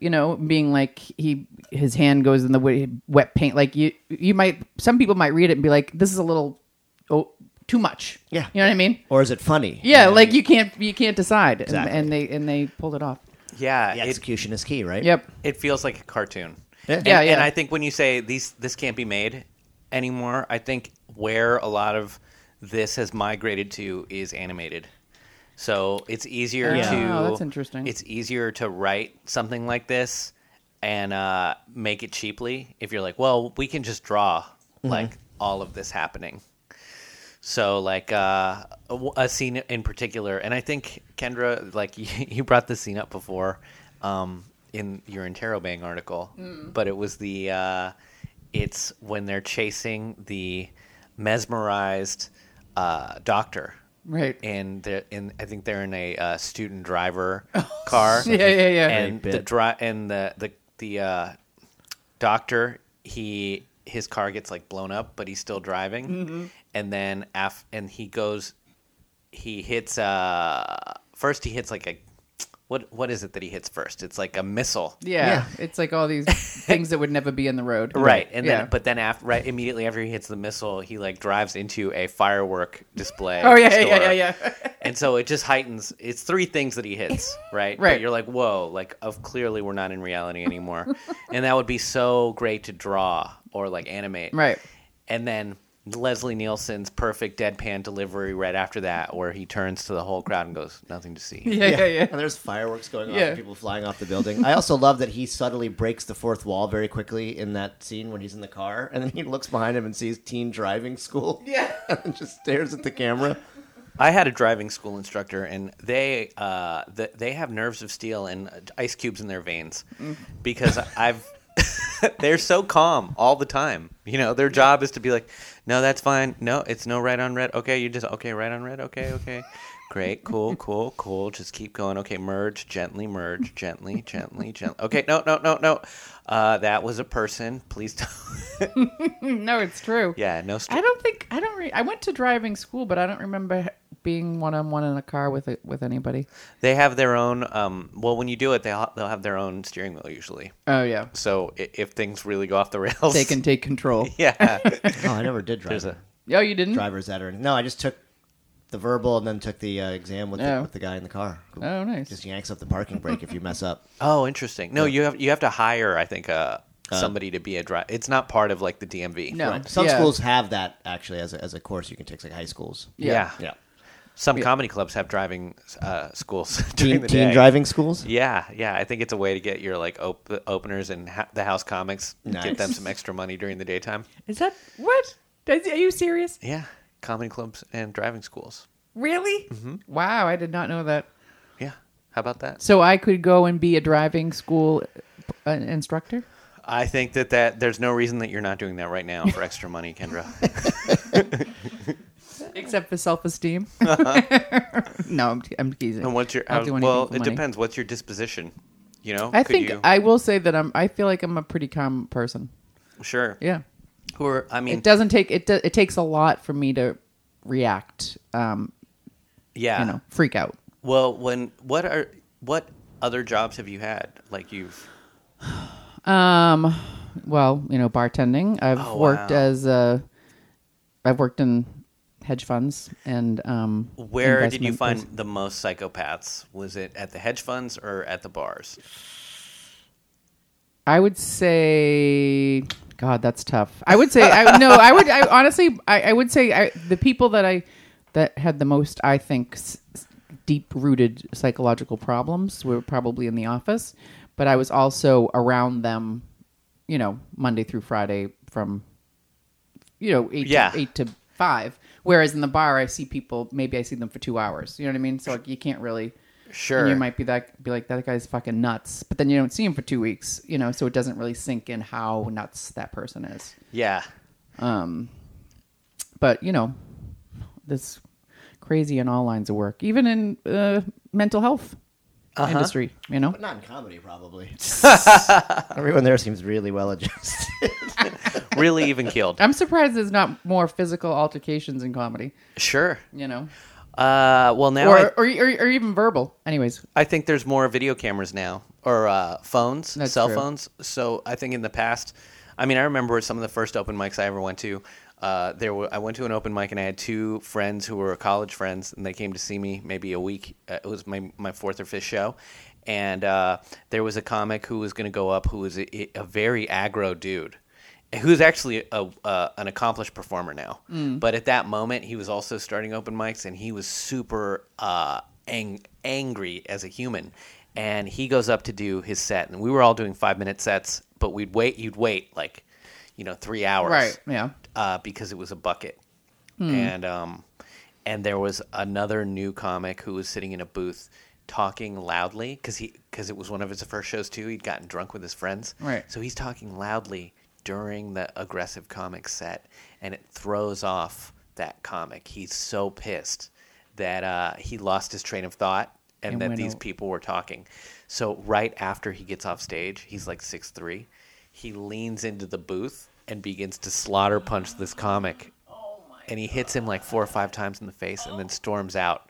you know, being like he his hand goes in the wet wet paint. Like you, you might some people might read it and be like, this is a little oh too much.
Yeah.
you know what I mean.
Or is it funny?
Yeah,
You know,
like you can't you can't decide, And-
Exactly.
and, they and they pulled it off.
Yeah,
the
it,
execution is key, right?
Yep.
it feels like a cartoon.
Yeah.
and,
Yeah, yeah.
and I think when you say these, this can't be made anymore. I think where a lot of this has migrated to is animated. So it's easier
Yeah.
to.
Oh, that's interesting.
It's easier to write something like this and uh, make it cheaply if you're like, well, we can just draw like all of this happening. So like uh, a w- a scene in particular, and I think Kendra, like you, you brought this scene up before um, in your Interrobang article, but it was the uh, it's when they're chasing the mesmerized uh, doctor
Right.
and they're in I think they're in a uh, student driver car.
Yeah, yeah, yeah.
And
Great
the
bit.
dri- and the the the uh, doctor he his car gets like blown up, but he's still driving.
Mm-hmm.
And then af- and he goes, he hits. Uh, first he hits like a What what is it that he hits first? It's like a missile.
Yeah, it's like all these things that would never be in the road.
Right, and
yeah.
then but then after right immediately after he hits the missile, he like drives into a firework display.
oh yeah, yeah,
store.
yeah, yeah, yeah.
And so it just heightens. It's three things that he hits, right?
Right.
But you're like, whoa, like, of clearly we're not in reality anymore, and that would be so great to draw or like animate,
right.
And then Leslie Nielsen's perfect deadpan delivery right after that, where he turns to the whole crowd and goes, "Nothing to see."
Yeah, yeah, yeah.
And there's fireworks going off
Yeah.
and people flying off the building. I also love that he subtly breaks the fourth wall very quickly in that scene when he's in the car and then he looks behind him and sees teen driving school.
Yeah.
and just stares at the camera.
I had a driving school instructor, and they uh, th- they have nerves of steel and uh, ice cubes in their veins
Mm.
because I've they're so calm all the time. You know, their job is to be like, no, that's fine. No, it's no right on red. Okay, you just okay, right on red. Okay, okay, great, cool, cool, cool. Just keep going. Okay, merge gently, merge gently, gently, gently. Okay, no, no, no, no. Uh, that was a person. Please don't.
No, it's true.
yeah, no. Str-
I don't think I don't. Re- I went to driving school, but I don't remember being one on one in a car with a, with anybody.
They have their own. Um, well, when you do it, they will they'll have their own steering wheel usually.
Oh yeah,
So i- if things really go off the rails,
they can take control.
yeah,
Oh, I never did drive.
there's a
Oh, you didn't?
driver's ed or anything. No, I just took the verbal and then took the uh, exam with,
Yeah.
the, with the guy in the car. who
Oh, nice.
Just yanks up the parking brake if you mess up.
oh interesting. No, you have you have to hire I think uh, somebody to be a driver. It's not part of like the DMV.
No.
Right. Some
Yeah.
schools have that actually as a, as a course you can take, like high schools.
Yeah.
Yeah.
Yeah.
Some comedy clubs have driving uh, schools during
Teen,
the
teen
day.
driving schools?
Yeah, yeah. I think it's a way to get your like op- openers and ha- the house comics,
Nice.
get them some extra money during the daytime.
Is that what? Does- are you serious?
Yeah, comedy clubs and driving schools.
Really?
Mm-hmm.
Wow, I did not know that.
Yeah, how about that?
So I could go and be a driving school uh, instructor.
I think that, that there's no reason that you're not doing that right now for extra money, Kendra.
except for self-esteem. no, I'm, I'm teasing.
and what's your
I'll
how-
do anything
well?
for
It
money.
depends. What's your disposition? You know,
I
Could
think
you,
I will say that I'm. I feel like I'm a pretty calm person.
sure.
Yeah,
Who are I mean?
it doesn't take it. Do, it takes a lot for me to react. Um,
yeah.
you know, freak out.
Well, when what are what other jobs have you had? Like you've
Um, well, you know, bartending. I've
Oh,
worked
wow.
as a. I've worked in hedge funds and um.
where did you
investment
find
pers-
the most psychopaths? Was it at the hedge funds or at the bars?
I would say, God, that's tough. I would say, I, no, I would, I honestly, I, I would say I, the people that I, that had the most, I think, s- deep rooted psychological problems were probably in the office, but I was also around them, you know, Monday through Friday from, you know, eight,
Yeah.
to, eight to five. Whereas in the bar, I see people, maybe I see them for two hours. You know what I mean? So like, you can't really,
Sure.
and you might be that be like that guy's fucking nuts, but then you don't see him for two weeks, you know, so it doesn't really sink in how nuts that person is. Um,
yeah.
But you know, this crazy in all lines of work, even in uh, mental health industry. You know,
But not in comedy, probably. Everyone there seems really well adjusted.
Really even killed.
I'm surprised there's not more physical altercations in comedy.
Sure.
You know,
Uh, well, now
or,
I-
or, or or even verbal. Anyways,
I think there's more video cameras now or uh, phones,
That's
cell
true.
phones. So I think in the past, I mean, I remember some of the first open mics I ever went to. Uh, there were I went to an open mic and I had two friends who were college friends and they came to see me maybe a week. Uh, it was my my fourth or fifth show, and uh, there was a comic who was going to go up who was a, a very aggro dude who's actually a, uh, an accomplished performer now. But at that moment, he was also starting open mics, and he was super uh, ang- angry as a human. And he goes up to do his set, and we were all doing five minute sets, but we'd wait. You'd wait like, you know, three hours,
right? Yeah,
Uh, because it was a bucket,
Hmm.
and um, and there was another new comic who was sitting in a booth talking loudly because he because it was one of his first shows too. He'd gotten drunk with his friends,
Right.
so he's talking loudly during the aggressive comic set, and it throws off that comic. He's so pissed that uh, he lost his train of thought and,
And
that
went
these
o-
people were talking. So right after he gets off stage, he's like six three. He leans into the booth and begins to slaughter punch this comic, and he hits him like four or five times in the face, and then storms out.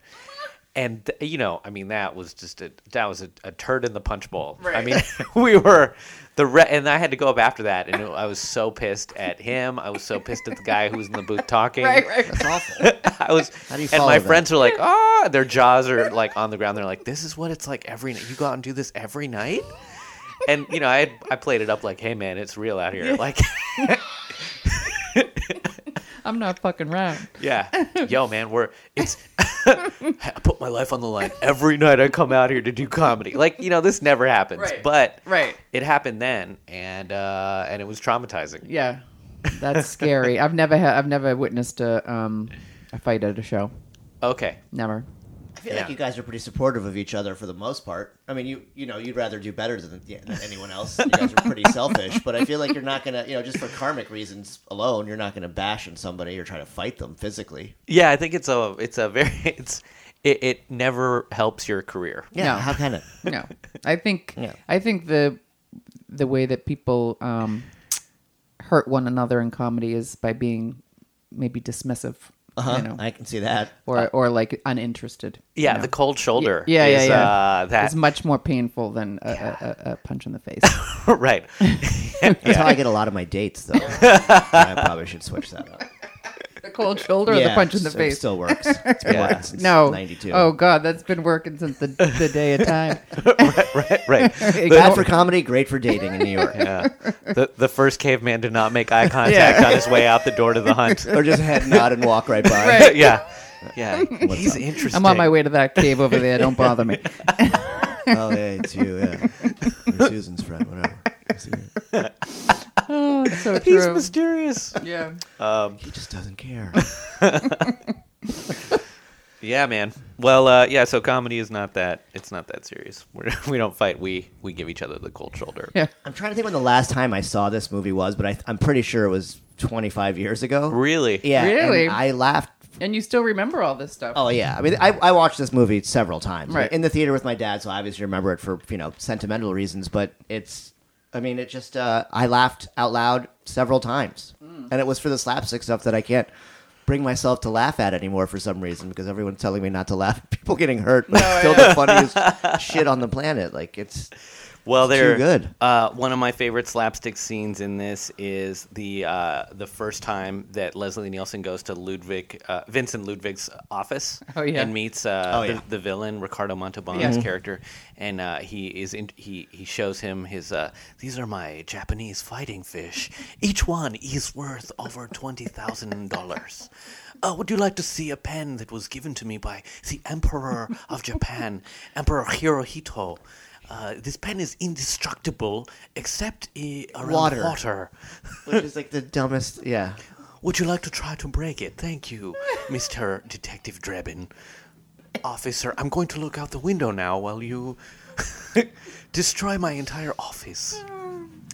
and th- you know, I mean, that was just a that was a, a turd in the punch bowl. I
Right.
mean, we were the re- and I had to go up after that, and I was so pissed at him. I was so pissed at the guy who was in the booth talking.
Right, right.
That's awful.
I was,
How do you
and
follow
my
that?
friends were like, ah, their jaws are like on the ground. They're like, this is what it's like every night. You go out and do this every night. And you know, I had, I played it up like, hey man, it's real out here. Like,
I'm not fucking around.
yeah, yo man, we're it's. I put my life on the line every night. I come out here to do comedy. Like you know, this never happens,
Right.
but
Right.
it happened then, and uh, and it was traumatizing.
Yeah, that's scary. I've never had. I've never witnessed a um a fight at a show.
Okay,
Never.
I feel
Yeah.
like you guys are pretty supportive of each other for the most part. I mean, you you know, you'd rather do better than, yeah, than anyone else. You guys are pretty selfish, but I feel like you're not gonna, you know, just for karmic reasons alone, you're not gonna bash on somebody or try to fight them physically.
yeah, I think it's a it's a very it's it, it never helps your career.
Yeah, No.
how
how
can it?
No, I think
Yeah.
I think the the way that people um hurt one another in comedy is by being maybe dismissive,
Uh huh.
you know,
I can see that.
or or like uninterested. you
Yeah,
know.
the cold shoulder.
Yeah, yeah,
is,
yeah.
Uh, that
It's much more painful than a, a, a, a punch in the face.
right.
That's how I get a lot of my dates, though. I probably should switch that up.
the cold shoulder or the punch in the
so It
face.
still works. It's been
Yeah.
working since
no.
92.
Oh God, that's been working since the, the day of time.
right, right, right. The,
Bad for comedy, great for dating in New York.
yeah. the the first caveman did not make eye contact
Yeah.
on his way out the door to the hunt.
Or just head nod and walk right by.
Right.
yeah, yeah. He's
up?
interesting.
I'm on my way to that cave over there. Don't bother me.
Oh, yeah, it's you, yeah. Or Susan's friend, whatever.
Oh, it's so
He's
true.
mysterious.
yeah.
Um,
He just doesn't care.
yeah, man. Well, uh, yeah. So comedy is not that. It's not that serious. We're, we don't fight. We we give each other the cold shoulder.
Yeah.
I'm trying to think when the last time I saw this movie was, but I, I'm pretty sure it was 25 years ago.
Really.
Yeah. and
Really?
I laughed
And you still remember all this stuff.
Oh yeah, I mean, I, I watched this movie several times
Right.
in the theater with my dad, so I obviously remember it for you know sentimental reasons. But it's, I mean, it just uh, I laughed out loud several times,
Mm.
and it was for the slapstick stuff that I can't bring myself to laugh at anymore for some reason because everyone's telling me not to laugh at people getting hurt, but it's still the funniest shit on the planet. Like it's
Well,
It's too
they're
good.
Uh, one of my favorite slapstick scenes in this is the uh, the first time that Leslie Nielsen goes to Ludwig uh, Vincent Ludwig's office
Oh, yeah.
and meets uh,
Oh, yeah.
the, the villain Ricardo Montalban's
Yeah. Mhm.
character, and uh, he is in, he he shows him his uh, these are my Japanese fighting fish. Each one is worth over twenty thousand dollars. Uh, would you like to see a pen that was given to me by the Emperor of Japan, Emperor Hirohito? Uh, this pen is indestructible except i- around
Water.
water.
which is like the dumbest. Yeah,
Would you like to try to break it? Thank you, Mr. Detective Drebin. Officer, I'm going to look out the window now while you destroy my entire office.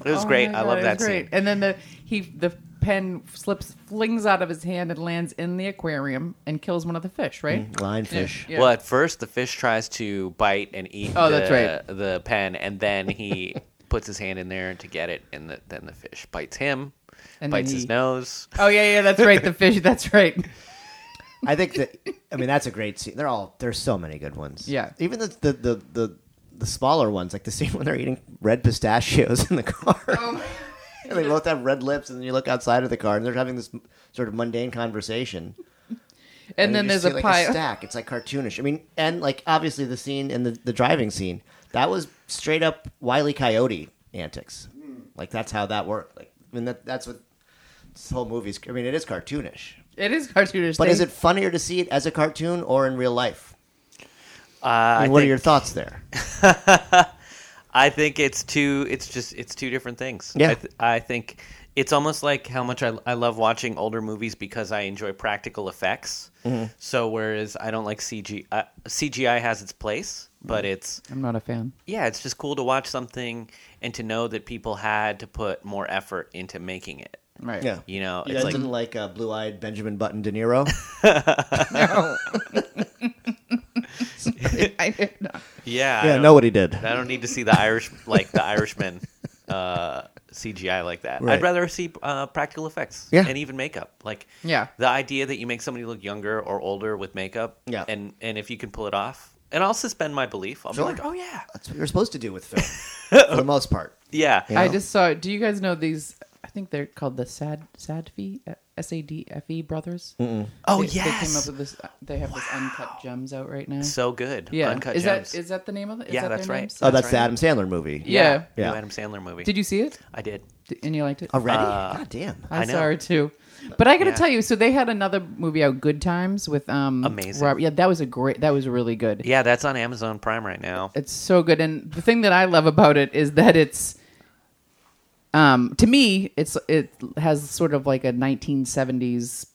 It was
Oh
great.
my
I
God,
love
it
that
was great.
scene.
And then the he the pen slips flings out of his hand and lands in the aquarium and kills one of the fish.
Mm-hmm.
Right.
lionfish.
Yeah.
Well, at first the fish tries to bite and eat
Oh,
the,
that's right.
the pen, and then he puts his hand in there to get it, and the, then the fish bites him,
And
bites
then
his
he-
nose.
Oh yeah, yeah. That's right. The fish. That's right.
I think that I mean that's a great scene. They're all there's so many good ones.
Yeah.
Even the the the, the, the smaller ones, like the scene when they're eating red pistachios in the car.
Oh
and they both have red lips, and then you look outside of the car, and they're having this m- sort of mundane conversation.
And, then
you
there's
see,
a
like,
pile.
stack. It's like cartoonish. I mean, and like obviously the scene in the the driving scene that was straight up Wiley Coyote antics.
Hmm.
Like that's how that worked. Like I mean that that's what this whole movie's. I mean it is cartoonish,
it is cartoonish.
but
They-
is it funnier to see it as a cartoon or in real life?
Uh,
I
I
mean, what are
think-
your thoughts there?
I think it's two. It's just it's two different things.
Yeah.
I, th- I think it's almost like how much I, I love watching older movies because I enjoy practical effects.
Mm-hmm.
So whereas I don't like CGI, uh, CGI has its place, but
Mm-hmm.
it's
I'm not a fan.
yeah, it's just cool to watch something and to know that people had to put more effort into making it.
Right.
You know,
You
it's
guys
like
didn't like uh, blue-eyed Benjamin Button De Niro.
No. I did not.
yeah, I
yeah,
don't-
know what he did.
I don't need to see the Irish like the Irishman uh, CGI like that.
Right.
I'd rather see uh, practical effects
Yeah.
and even makeup. Like
Yeah.
the idea that you make somebody look younger or older with makeup.
Yeah.
and and if you can pull it off, and I'll suspend my belief. I'll
Sure.
be like, oh yeah,
That's what you're supposed to do with film, for the most part.
yeah.
Yeah.
I just saw. Do you guys know these? I think they're called the Sad Sadfi S A D F E brothers.
Oh
they, They came
yes,
up with this. uh, They have this uncut gems out right now.
so good.
yeah,
uncut
is
gems.
that is that the name of it? Is
Yeah,
that
that's
their
right.
names?
Oh, that's,
That's
the
right.
Adam Sandler movie.
Yeah.
New
Yeah.
Adam Sandler movie.
Did you see it?
I did.
D- And you liked it?
Already?
Uh,
God damn.
I,
I know.
saw her too. But I got to
Yeah.
tell you, so they had another movie out, Good Times, with um
Amazing.
Rob- yeah, that was a great. That was really good.
Yeah, that's on Amazon Prime right now.
It's so good. And the thing that I love about it is that it's um to me, it's it has sort of like a 1970s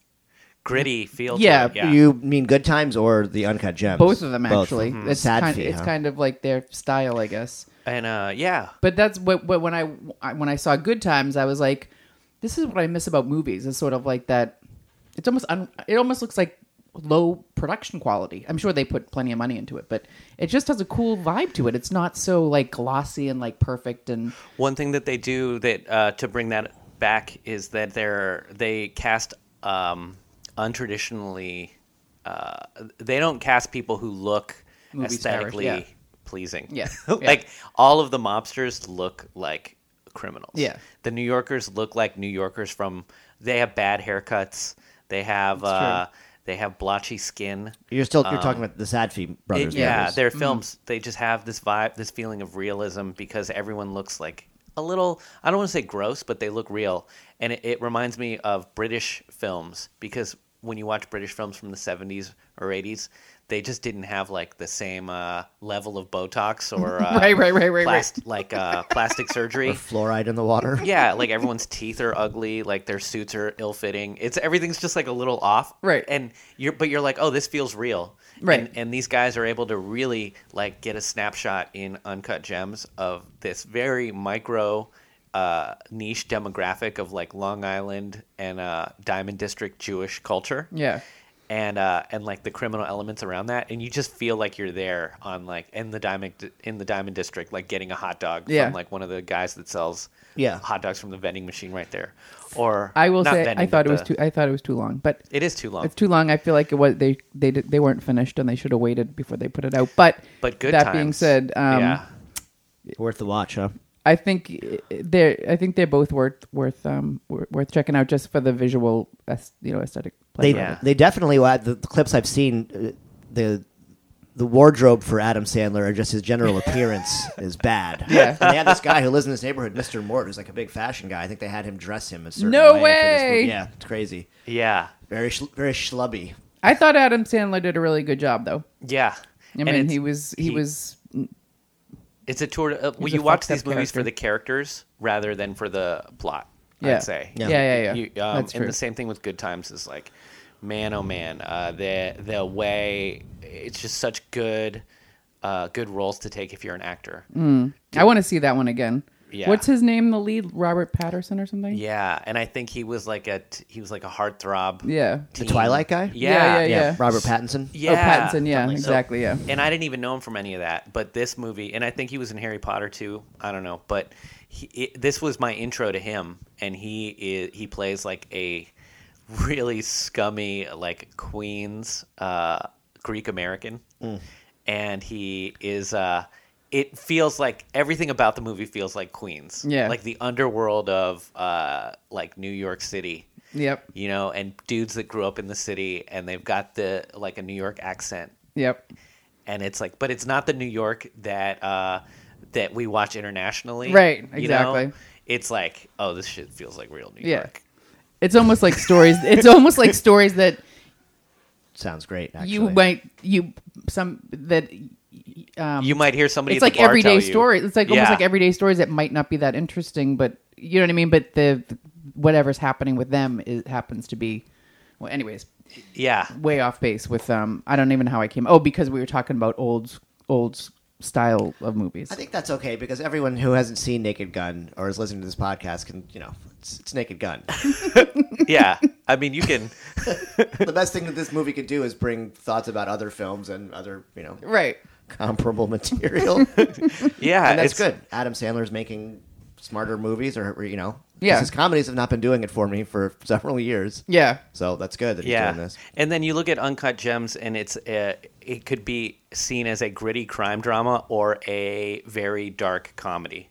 Gritty feel.
Yeah,
to it. yeah.
You mean Good Times or the Uncut Gems?
both of them actually.
Mm-hmm.
It's
Sad
kind,
fee,
it's
huh?
kind of like their style, I guess.
and uh, yeah,
But that's what, what when I I- when I saw Good Times, I was like, this is what I miss about movies. It's sort of like that. It's almost un, it almost looks like low production quality. I'm sure they put plenty of money into it, but it just has a cool vibe to it. It's not so like glossy and like perfect and
One thing that they do that uh, to bring that back is that they're they cast um, untraditionally. Uh, they don't cast people who look
Movie stars,
aesthetically
yeah.
pleasing.
Yeah,
like all of the mobsters look like criminals.
Yeah.
the New Yorkers look like New Yorkers from. They have bad haircuts. They have
That's true.
uh, they have blotchy skin.
You're still you're talking about the Sadfi
Uh, It-
brothers.
yeah,
movies.
their
Mm.
films they just have this vibe, this feeling of realism because everyone looks like a little. I don't want to say gross, but they look real, and it, it reminds me of British films because when you watch British films from the '70s or '80s, they just didn't have like the same uh, level of Botox or uh,
Right, right, right, right, right.
plast- like uh, plastic surgery.
fluoride in the water.
Yeah, like everyone's teeth are ugly, like their suits are ill fitting. It's everything's just like a little off.
Right.
And you're but you're like, oh, this feels real.
Right.
And, and these guys are able to really like get a snapshot in uncut gems of this very micro uh, niche demographic of like Long Island and uh, Diamond District Jewish culture
yeah.
and uh, and like the criminal elements around that, and you just feel like you're there on like in the diamond in the diamond district, like getting a hot dog
Yeah.
from like one of the guys that sells
Yeah.
hot dogs from the vending machine right there. Or
I will
not
say
vending,
I thought
but
it was
the-
too I thought it was too long, but
It is too long.
it's too long. I feel like it was they they did, they weren't finished and they should have waited before they put it out. But
but good.
that
times,
being said, um,
yeah,
Worth the watch, huh?
I think eh, they're I think they're both worth worth um wor- worth checking out just for the visual aes- you know aesthetic.
They
pleasure.
Yeah.
they definitely well, the, the clips I've seen uh, the the wardrobe for Adam Sandler or just his general appearance is bad.
Yeah.
and they had this guy who lives in this neighborhood, Mr. Mort, who's like a big fashion guy. I think they had him dress him a certain
No
way. for this
way!
movie. yeah, it's crazy.
yeah,
Very sh- very schlubby.
I thought Adam Sandler did a really good job though.
yeah.
I
and
mean,
it's-
he was he, was
It's a tour. Uh, well,
a
you watch
fucked up
these movies
character.
for the characters rather than for the plot.
Yeah.
I'd say.
Yeah. Yeah, yeah, yeah.
You- um,
That's true.
And the same thing with Good Times is like, man, oh man, uh, the the way it's just such good, uh, good roles to take if you're an actor.
Mm-hmm. I want to see that one again.
Yeah.
What's his name? The lead Robert Patterson or something?
Yeah, and I think he was like a t- he was like a heartthrob.
Yeah.
The
teen.
Twilight guy?
Yeah.
Yeah, yeah.
Robert Pattinson.
Yeah.
Oh, Pattinson. Yeah,
Something. So-
exactly. yeah.
and I didn't even know him from any of that. But this movie, and I think he was in Harry Potter too. I don't know, but he, it, this was my intro to him, and he is, he plays like a really scummy like Queens uh, Greek American, and he is. Uh, it feels like everything about the movie feels like Queens,
Yeah.
like the underworld of uh, like New York City
Yep.
you know, and dudes that grew up in the city and they've got the like a New York accent,
Yep.
and it's like, but it's not the New York that uh, that we watch internationally,
Right,
you know?
exactly.
It's like, oh, this shit feels like real New
Yeah.
York.
It's almost like stories. It's almost like stories that
Sounds great. Actually.
you might you some that
You might hear somebody.
um, it's
at the
like
bar tell
everyday
you-
stories. It's like almost
Yeah.
like everyday stories that might not be that interesting, but you know what I mean. But the whatever's happening with them is, happens to be, well, anyways,
Yeah,
way off base with um. I don't even know how I came. Oh, because we were talking about old old style of movies.
I think that's okay because everyone who hasn't seen Naked Gun or is listening to this podcast can, you know, it's, it's Naked Gun.
yeah. I mean, you can.
the best thing that this movie could do is bring thoughts about other films and other, you know,
right.
comparable material. and
Yeah,
that's
Uh, it's-
good. Adam Sandler's making smarter movies or, or, you know, 'cause
Yeah.
his comedies have not been doing it for me for several years.
Yeah.
So that's good that he's
yeah.
doing this.
And then you look at Uncut Gems, and it's uh, it could be seen as a gritty crime drama or a very dark comedy.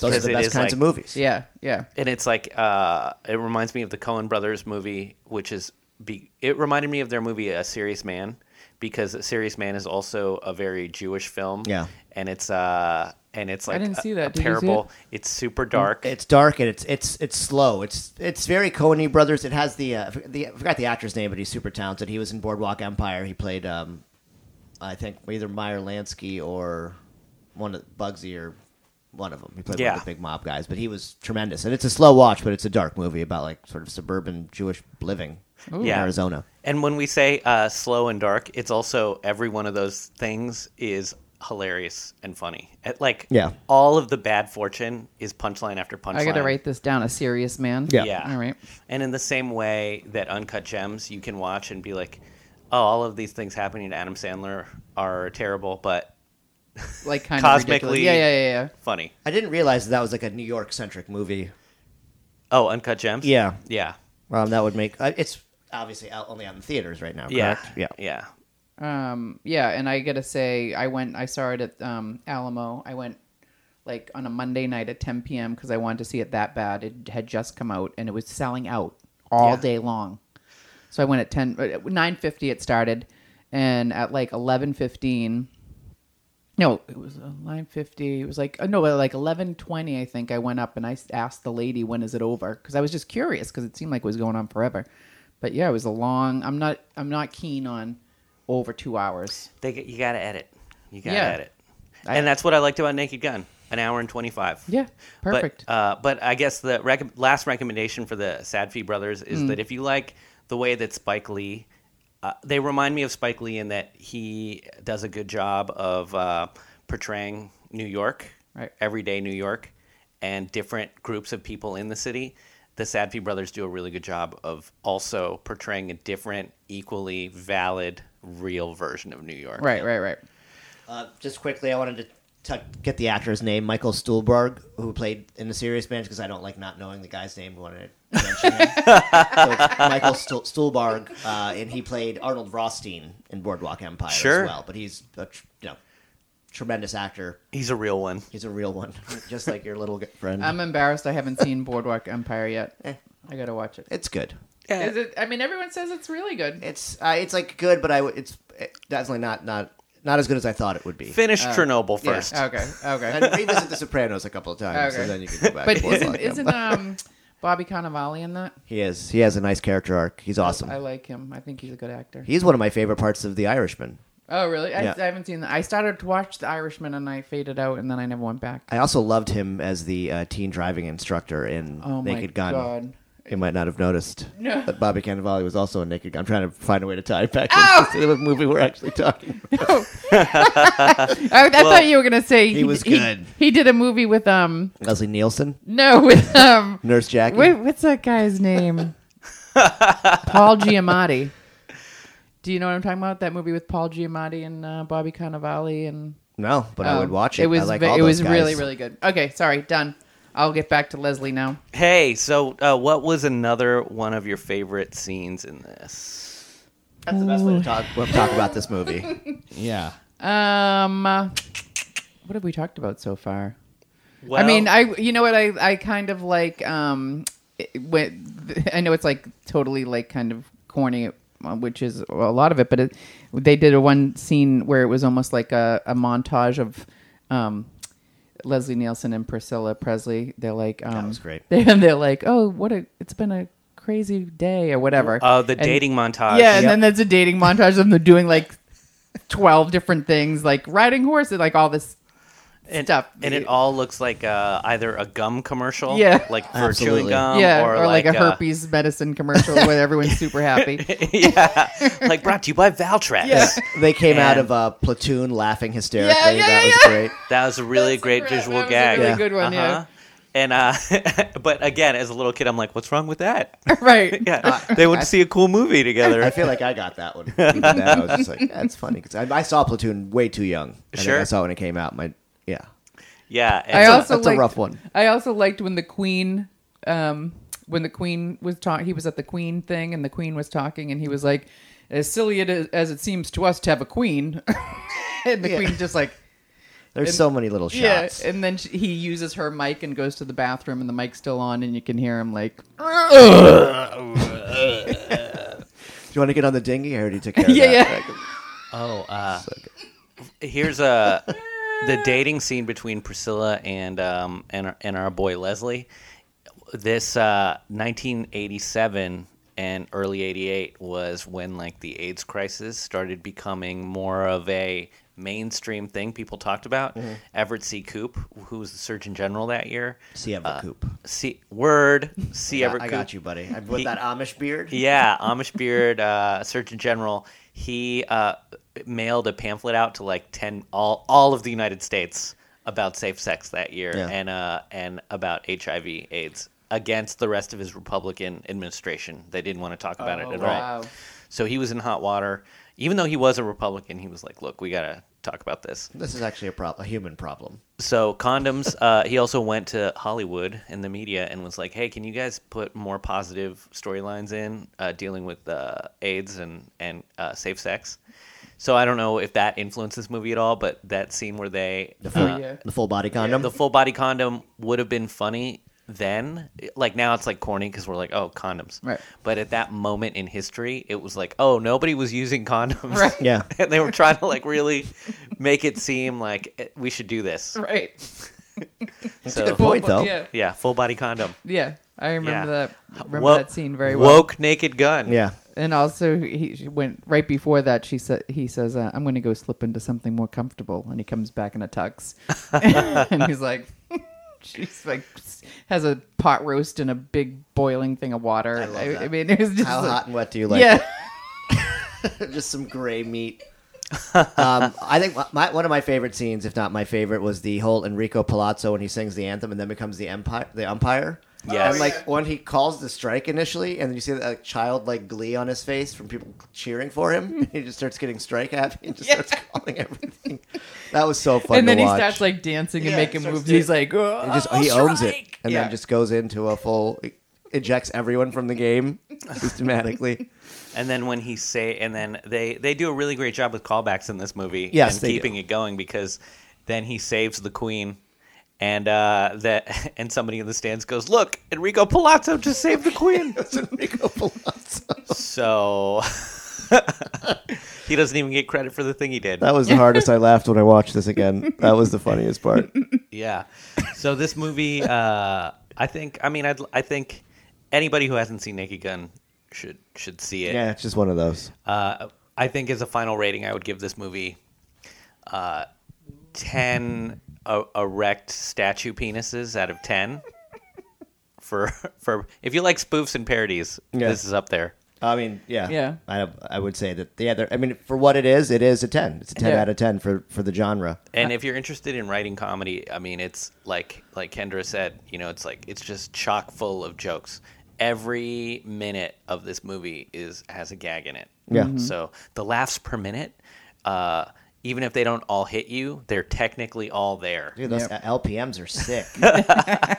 Those
true.
are
Because
the
it
best
is
kinds
like-
of movies.
Yeah, yeah.
and it's like uh, it reminds me of the Cohen Brothers movie, which is be- it reminded me of their movie A Serious Man because A Serious Man is also a very Jewish film.
Yeah.
and it's uh and it's like
didn't
a,
see
a
that. Did you see
parable. It's super dark.
It's dark and it's it's it's slow. It's it's very Coen Brothers. It has the uh, the I forgot the actor's name, but he's super talented. He was in Boardwalk Empire. He played um, I think either Meyer Lansky or one of Bugsy or one of them. He played one
Yeah.
of the big mob guys, but he was tremendous. And it's a slow watch, but it's a dark movie about like sort of suburban Jewish living in
Yeah.
Arizona.
and when we say uh, slow and dark, it's also every one of those things is hilarious and funny. At, like
Yeah.
all of the bad fortune is punchline after punchline.
I got to write this down. A serious man.
Yeah.
Yeah.
All right.
And in the same way that Uncut Gems, you can watch and be like, oh, all of these things happening to Adam Sandler are terrible, but
Like kind of
Cosmically-
ridiculous. Yeah, yeah, yeah, yeah.
funny.
I didn't realize that, that was like a New York centric movie.
Oh, Uncut Gems?
Yeah,
Yeah.
um, that would make uh, it's obviously out, only out in theaters right now.
Yeah.
Correct? yeah,
Yeah.
Um, yeah, and I gotta say, I went. I saw it at um, Alamo. I went like on a Monday night at 10 p.m. because I wanted to see it that bad. It had just come out, and it was selling out all
Yeah.
day long. So I went at 10, 9:50 it started, and at like 11:15. No, it was uh, 9:50. It was like uh, no, at like 11:20 I think I went up and I s- asked the lady when is it over because I was just curious because it seemed like it was going on forever. But yeah, it was a long I'm not I'm not keen on over 2 hours.
They, g- you got to edit. You got to
Yeah.
edit. and that's what I liked about Naked Gun an hour and 25.
Yeah, perfect.
But, uh, but I guess the rec- last recommendation for the Sadfi brothers is
Mm.
that if you like the way that Spike Lee, uh, they remind me of Spike Lee in that he does a good job of uh, portraying New York,
Right.
everyday New York, and different groups of people in the city. The Sadfi brothers do a really good job of also portraying a different, equally valid, real version of New York.
right, right, right.
Uh, just quickly, I wanted to t- get the actor's name, Michael Stuhlbarg, who played in the serious man, because I don't like not knowing the guy's name. I Wanted to mention him. so it's Michael Stuhl- Stuhlbarg, uh, and he played Arnold Rothstein in Boardwalk Empire
Sure.
as well. But he's a tr- you know tremendous actor.
He's a real one.
He's a real one, just like your little g- friend.
I'm embarrassed I haven't seen Boardwalk Empire yet.
Eh.
I got to watch it.
it's good.
Is it I mean everyone says it's really good.
It's uh, it's like good, but I w- it's it, definitely not not not as good as I thought it would be.
Finish Chernobyl first.
Uh, Okay. Okay.
and revisit The Sopranos a couple of times,
Okay.
and then you can go back.
But
to Boardwalk
isn't isn't
Empire.
um Bobby Cannavale in that?
He is. He has a nice character arc. He's awesome.
I like him. I think he's a good actor.
He's one of my favorite parts of The Irishman.
Oh, really? I,
Yeah.
I haven't seen that. I started to watch The Irishman and I faded out, and then I never went back.
I also loved him as the uh, teen driving instructor in
Oh
Naked
my
Gun.
god!
You might not have noticed
No.
that Bobby Cannavale was also in Naked Gun. I'm trying to find a way to tie it back
Oh!
into the movie we're actually talking. about.
I, I thought you were gonna say he,
was
he-
good.
He, did a movie with um
Leslie Nielsen,
no with um
Nurse Jackie.
wait, what's that guy's name? Paul Giamatti. Do you know what I'm talking about? That movie with Paul Giamatti and uh, Bobby Cannavale and
No, but I
Oh,
would watch it.
It was
I like
ve-
all
it
those
was
guys.
really really good. Okay, sorry, done. I'll get back to Leslie now.
Hey, so uh, what was another one of your favorite scenes in this?
That's the best way to talk, we'll talk about this movie. yeah.
Um, uh, what have we talked about so far?
Well,
I mean, I you know what I I kind of like um it- when I know it's like totally like kind of corny uh, which is a lot of it but it, they did a one scene where it was almost like a, a montage of um Leslie Nielsen and Priscilla Presley they're like um
was great.
they, and they're like oh what a it's been a crazy day or whatever
uh, the
And-
dating montage.
yeah, and then that's a dating montage of them doing like twelve different things, like riding horses, like all this.
and,
stuff.
and it all looks like uh, either a gum commercial,
Yeah.
like for
Absolutely.
chewing gum,
yeah,
um, or,
like, a
uh,
herpes medicine commercial where everyone's super happy.
yeah, like brought to you by Valtrex.
Yeah.
They came out
And-
of uh, Platoon laughing hysterically.
Yeah, yeah,
that
yeah,
was
yeah.
great.
That was a really
That's
great
great.
visual
That was a
gag.
really Yeah. good one, yeah.
And uh, but again, as a little kid, I'm like, what's wrong with that?
right.
Yeah, they went to see a cool movie together.
Uh, I feel like I got that one. Even then, I was just like, that's funny because I, I saw Platoon way too young. I think
Sure.
I saw it when it came out. My yeah,
Yeah. and
I also
that's a
liked,
rough one.
I also liked when the Queen, um, when the Queen was talking, he was at the Queen thing, and the Queen was talking, and he was like, "As silly it is, as it seems to us to have a Queen," and the
Yeah.
Queen just like,
There's so many little shots.
yeah, and then she, he uses her mic and goes to the bathroom, and the mic's still on, and you can hear him like,
Do you want to get on the dinghy? I already took care of
"Yeah,
that.
yeah."
Oh, uh, here's a the dating scene between Priscilla and um and our, and our boy Leslie. This uh, 1987 and early 88 was when like the AIDS crisis started becoming more of a mainstream thing people talked about.
Mm-hmm.
Everett C. Koop, who was the Surgeon General that year,
See Everett
Uh,
Koop.
C word C. Everett
I
Koop.
got you, buddy. I- With that Amish beard.
Yeah, Amish Beard, uh, Surgeon General. He uh, mailed a pamphlet out to like ten all all of the United States about safe sex that year,
Yeah.
and uh, and about HIV/AIDS against the rest of his Republican administration. They didn't want to talk about it at
wow.
all. So he was in hot water. Even though he was a Republican, he was like, "Look, we gotta talk about this."
This is actually a problem, a human problem.
So condoms. uh, he also went to Hollywood and the media and was like, "Hey, can you guys put more positive storylines in uh, dealing with uh, AIDS and and uh, safe sex?" So I don't know if that influenced this movie at all, but that scene where they uh,
The full,
yeah.
Uh, the full body condom.
the full body condom would have been funny then. Like now, it's like corny because we're like, "Oh, condoms."
Right.
But at that moment in history, it was like, "Oh, nobody was using condoms."
Right.
yeah.
and they were trying to like really make it seem like eh, we should do this.
right.
So-
Good point, though.
Yeah,
Yeah, full body condom.
yeah. I remember
Yeah.
that. Remember
Wo-
that scene very well.
Woke naked gun.
Yeah.
And also, he she went right before that. She said, "He says uh, I'm going to go slip into something more comfortable," and he comes back in a tux, and he's like, "She's like has a pot roast and a big boiling thing of water." I,
love that.
I mean, it was just
How
like-
hot and wet do you like
yeah,
just some gray meat. um, I think my, one of my favorite scenes, if not my favorite, was the whole Enrico Palazzo when he sings the anthem and then becomes the empire, the umpire.
Yes.
And like when he calls the strike initially, and you see that like, child like glee on his face from people cheering for him, and he just starts getting strike happy and just starts calling everything. That was so fun.
and
to
then he
watch.
starts like dancing and
Yeah,
making
starts
moves. He's like,
He just
"Oh,
he owns it,
strike!"
and
Yeah.
then just goes into a full ejects everyone from the game systematically.
And then when he say, and then they they do a really great job with callbacks in this movie.
Yes,
and
they do.
keeping it going because then he saves the queen, and uh, that and somebody in the stands goes, "Look, Enrico Palazzo just saved the queen."
It's Enrico
so
Palazzo.
he doesn't even get credit for the thing he did.
That was the hardest I laughed when I watched this again. That was the funniest part.
Yeah. So this movie, uh, I think. I mean, I'd, I think anybody who hasn't seen Naked Gun should should see it.
Yeah, it's just one of those.
Uh, I think as a final rating, I would give this movie uh, ten uh, erect statue penises out of ten. For for if you like spoofs and parodies,
Yeah.
this is up there.
I mean, yeah,
Yeah.
I I would say that. Yeah, they're- I mean, for what it is, it is a ten. It's a ten
Yeah.
out of ten for for the genre.
And if you're interested in writing comedy, I mean, it's like like Kendra said, you know, it's like it's just chock full of jokes. Every minute of this movie is has a gag in it.
Yeah. Mhm.
So the laughs per minute, uh, even if they don't all hit you, they're technically all there.
Dude, those
Yep.
LPM's are sick.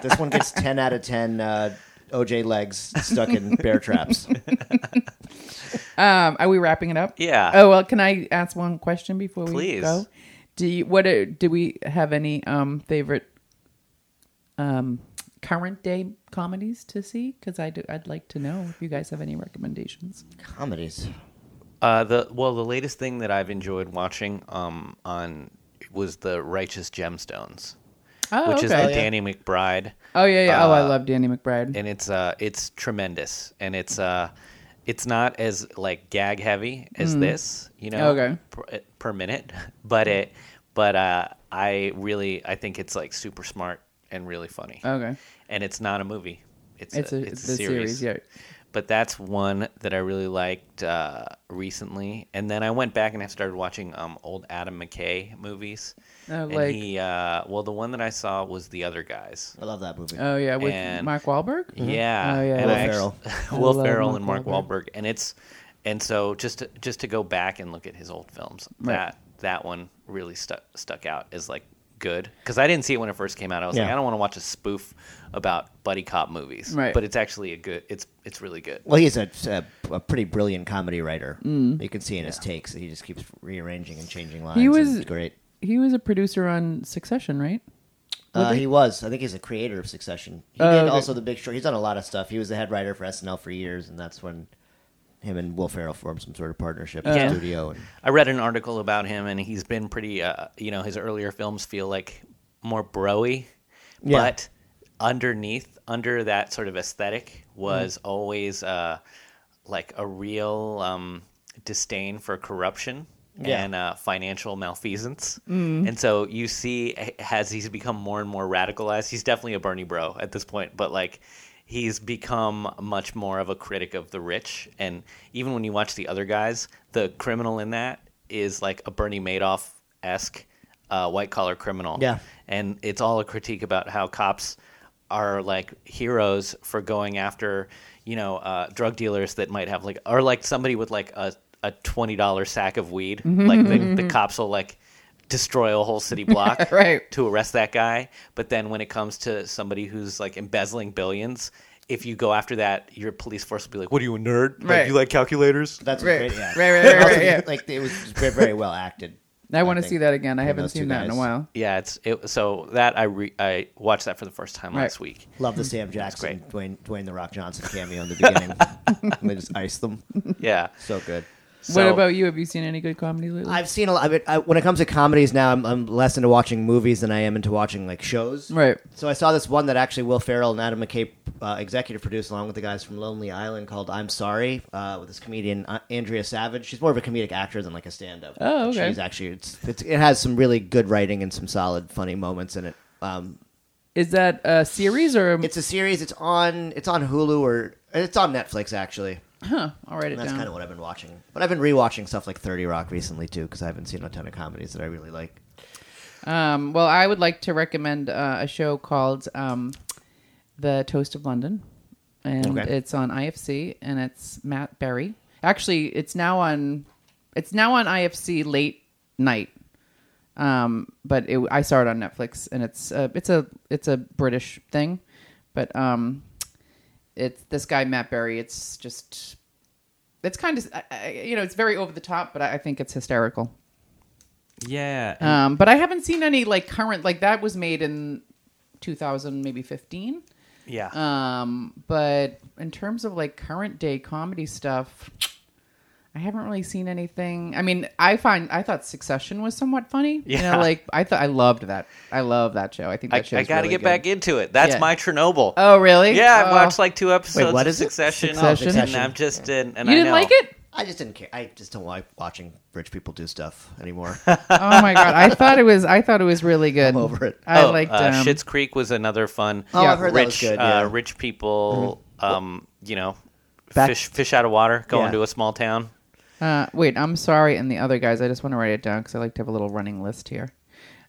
this one gets ten out of ten. Uh, OJ legs stuck in bear traps.
Um, are we wrapping it up?
Yeah.
Oh well, can I ask one question before we
Please.
go? Do you, what are, do we have any um favorite um current day comedies to see? Because I do, I'd like to know if you guys have any recommendations.
Comedies.
Uh, the well, the latest thing that I've enjoyed watching um, on was the Righteous Gemstones,
Oh,
which
okay.
is the Danny McBride.
oh yeah, yeah. oh, I
uh,
love Danny McBride.
and it's uh it's tremendous and it's uh it's not as like gag heavy as this you know
Hmm. Okay.
per, eh, per minute but it but uh i really i think it's like super smart and really funny
okay,
and it's not a movie it's
Oh. it's
a,
a,
it's
the
a series,
Yeah.
but that's one that i really liked uh recently and then i went back and i started watching um old adam mckay movies
Oh,
and
like-
he uh well the one that i saw was the other guys
I love that movie.
Oh yeah, with
And-
Mark Wahlberg.
yeah,
Oh, yeah,
and
Will
I actu-
Ferrell.
Will
love
Ferrell
Mark
and Mark
Wahlberg.
Wahlberg, and it's and so just to, just to go back and look at his old films,
Right.
that that one really stuck stuck out as like good because I didn't see it when it first came out. I was like,
Yeah.
I don't want to watch a spoof about buddy cop movies,
Right.
But it's actually a good. It's it's really good.
Well, he's a, a, a pretty brilliant comedy writer. You can see in his takes that he just keeps rearranging and changing lines.
Mm. He was-
It's great.
He was a producer on Succession, right?
Uh, he was. I think he's a creator of Succession. He
Oh,
did
okay.
also The Big Short. He's done a lot of stuff. He was the head writer for SNL for years, and that's when him and Will Ferrell formed some sort of partnership in
Yeah.
the studio. And
I read an article about him, and he's been pretty. Uh, you know, his earlier films feel like more broy,
Yeah.
but underneath, under that sort of aesthetic, was
Mm.
always uh, like a real um, disdain for corruption.
Yeah. Mm.
And uh, financial malfeasance, and so you see, h- as he's become more and more radicalized, he's definitely a Bernie bro at this point. But like, he's become much more of a critic of the rich. And even when you watch the other guys, the criminal in that is like a Bernie Madoff esque uh, white collar criminal.
Yeah.
And it's all a critique about how cops are like heroes for going after, you know, uh, drug dealers that might have like, or like somebody with like a, a $20 sack of weed.
Mm-hmm.
Like the, the cops will like, destroy a whole city block
Right.
to arrest that guy. But then when it comes to somebody who's like embezzling billions, if you go after that, your police force will be like, "What are you a nerd? Like,
Right.
you like calculators?"
that's
Right.
great. Yeah.
Right, right, right,
Also,
right, yeah.
Like it was very, very well acted.
I, want to
think,
see that again. I
from
haven't
those two
seen that in a
guys.
while.
Yeah, it's it, so that I re, I watched that for the first time
Right.
last week.
Love the Sam Jackson, Dwayne, Dwayne the Rock Johnson cameo in the beginning. they just ice them.
Yeah.
So good.
what
So-
about you? Have you seen any good comedy lately?
I've seen a lot. I mean, I, when it comes to comedies now, I'm, I'm less into watching movies than I am into watching like shows.
Right.
So I saw this one that actually Will Ferrell and Adam McKay uh, executive produced along with the guys from Lonely Island called "I'm Sorry" uh, with this comedian uh, Andrea Savage. She's more of a comedic actor than like a stand-up.
Oh,
But
okay.
She's actually it's, it's, it has some really good writing and some solid funny moments in it. Um,
Is that a series or?
it's a series. It's on it's on Hulu or it's on Netflix actually.
huh, I'll write it
And that's
down.
kind of what I've been watching. But I've been rewatching stuff like 30 Rock recently too because I haven't seen a ton of comedies that I really like.
Um, well, I would like to recommend uh, a show called um, The Toast of London, and
Okay.
it's on IFC, and it's Matt Berry. Actually, it's now on it's now on IFC late night, um, but it, I saw it on Netflix, and it's uh, it's a it's a British thing, but um, it's this guy Matt Berry. It's just it's kind of I- I- you know it's very over the top, but I, I think it's hysterical.
Yeah. and
Um, but I haven't seen any like current like that was made in 2000 maybe 15.
yeah.
Um, but in terms of like current day comedy stuff, I haven't really seen anything. I mean, I find I thought Succession was somewhat funny. You
Yeah.
know, like I thought I loved that. I love that show. I think
I,
that show.
I got to get back into it. That's
Yeah.
my Chernobyl.
Oh, really?
yeah, I've
Oh.
watched like two episodes
what
of
is it?
Succession,
Succession?
and I'm just in. And
You
I
didn't
know.
like it?
I just didn't care. I just don't like watching rich people do stuff anymore.
Oh my god, I thought it was. I thought it was really good.
I'm over it.
I
oh,
liked
uh,
um,
Schitt's Creek was another fun.
Oh,
Yeah. Mm-hmm.
I've heard that was
rich,
good. Yeah.
uh, rich people. Um, you know,
Back-
fish fish out of water, going
Yeah.
to a small town.
Uh, wait, I'm sorry, and the other guys. I just want to write it down because I like to have a little running list here.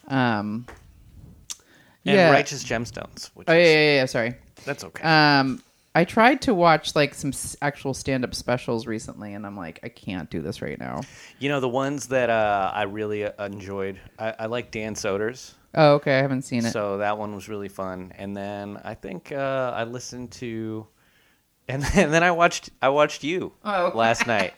Um,
and
yeah.
righteous gemstones which
Oh yeah,
is,
yeah, yeah, yeah. Sorry.
that's okay
Um, I tried to watch like some s- actual stand-up specials recently, and I'm like, I can't do this right now.
you know the ones that uh, i really uh, enjoyed i, I like dan soder's
Oh, okay, I haven't seen it.
so that one was really fun and then i think uh, i listened to and then, and then i watched i watched you
Oh.
last night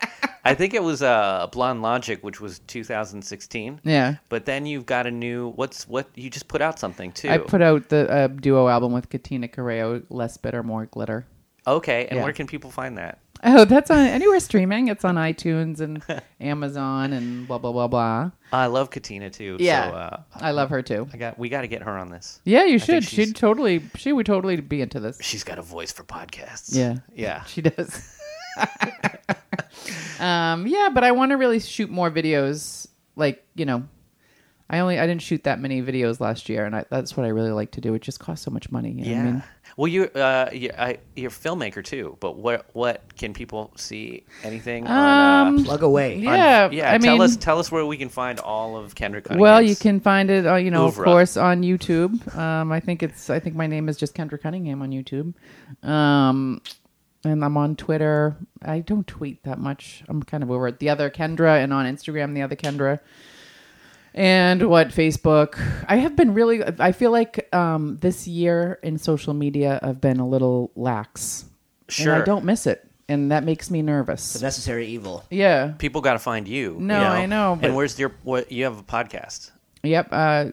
i think it was uh, blonde logic which was 2016
yeah,
but then you've got a new what's what you just put out something too
I put out the uh, duo album with Katina Correo, "Less Bitter, More Glitter."
okay and
Yeah.
where can people find that
Oh, that's on anywhere streaming. It's on iTunes and Amazon and blah blah blah blah.
i love katina too
Yeah.
so uh,
I love her too.
i got we got to get her on this
Yeah, you
think
should.
she's-
She'd totally. She would totally be into this.
she's got a voice for podcasts
Yeah.
yeah
She does. um, yeah, but I want to really shoot more videos. Like you know, I only I didn't shoot that many videos last year, and I, that's what I really like to do. It just costs so much money. You know
Yeah.
What I mean?
well, you uh, you're, I, you're a filmmaker too, but what what can people see? Anything? on,
Um,
uh,
Plug away.
Yeah,
yeah.
I
tell
mean,
us tell us where we can find all of Kendrick. Cunningham's.
well, you can find it. Uh, you know,
Oeuvre.
of course, on YouTube. Um, I think it's. I think my name is just Kendra Cunningham on YouTube. Um, and I'm on Twitter. I don't tweet that much. I'm kind of over it. The other Kendra, and on Instagram, the other Kendra. and what Facebook. I have been really. I feel like um, this year in social media, I've been a little lax.
Sure.
And I don't miss it, and that makes me nervous.
Necessary evil.
Yeah.
People got to find you.
No,
you
I know, but-
And where's your? What you have a podcast?
Yep. Uh,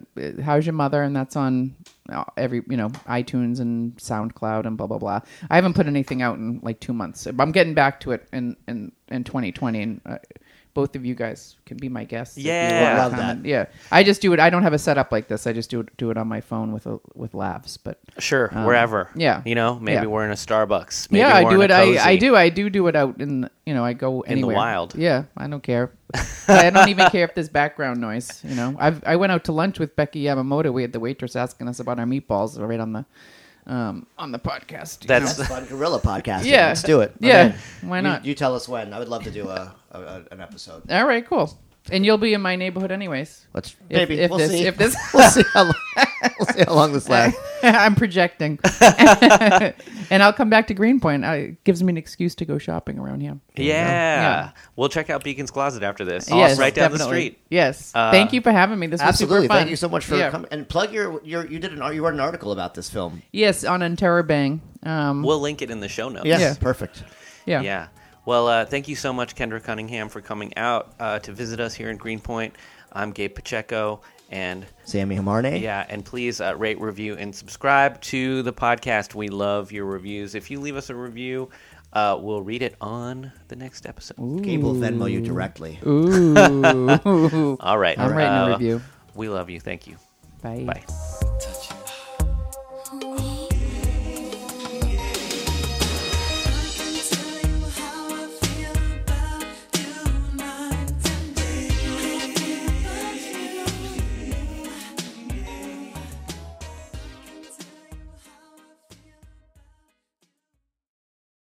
how's your mother? And that's on uh, every you know iTunes and SoundCloud and blah blah blah. I haven't put anything out in like two months. I'm getting back to it in in in 2020. And uh, both of you guys can be my guests. if you
Yeah.
wanna
Love
comment. yeah. I just do it. I don't have a setup like this. I just do it do it on my phone with a, with laughs. But
Sure, Um, wherever.
yeah.
You know, maybe
Yeah.
we're in a Starbucks. Maybe
yeah,
we're
I do
in
it.
a cozy.
I, I do. I do do it out in you know. I go
the
anywhere.
wild.
Yeah, I don't care. I don't even care if there's background noise. You know, I've I went out to lunch with Becky Yamamoto. We had the waitress asking us about our meatballs right on the um on the podcast. you
That's-
know.
That's fun guerrilla podcast.
Yeah.
Let's do it.
Yeah.
Okay.
Why
You-
not?
You, tell us when. I would love to do a, a, a an episode.
all right. Cool. And you'll be in my neighborhood anyways.
Let's
If-
maybe
if
we'll
this-
see
if this-
we'll see how long, we'll see how long this lasts.
I'm projecting, and I'll come back to Greenpoint. I, it gives me an excuse to go shopping around here.
Yeah.
Yeah.
We'll check out Beacon's Closet after this.
Yes,
right down the
definitely.
street. Uh,
Yes. Thank you for having me. This was
Absolutely.
super fun.
Thank you so much for
Yeah.
coming and plug your your you did an art- you wrote an article about this film.
Yes, on Antero Bang. Um,
We'll link it in the show notes.
Yes.
Yeah.
Perfect.
yeah.
Yeah. Well, uh, thank you so much, Kendra Cunningham, for coming out uh, to visit us here in Greenpoint. I'm Gabe Pacheco, and
Sammy Hamarne.
yeah, and please uh, rate, review, and subscribe to the podcast. We love your reviews. If you leave us a review, uh, we'll read it on the next episode.
Gabe will Venmo you directly.
Ooh.
All right.
I'm writing a
Uh,
review.
We love you. Thank you.
Bye.
Bye.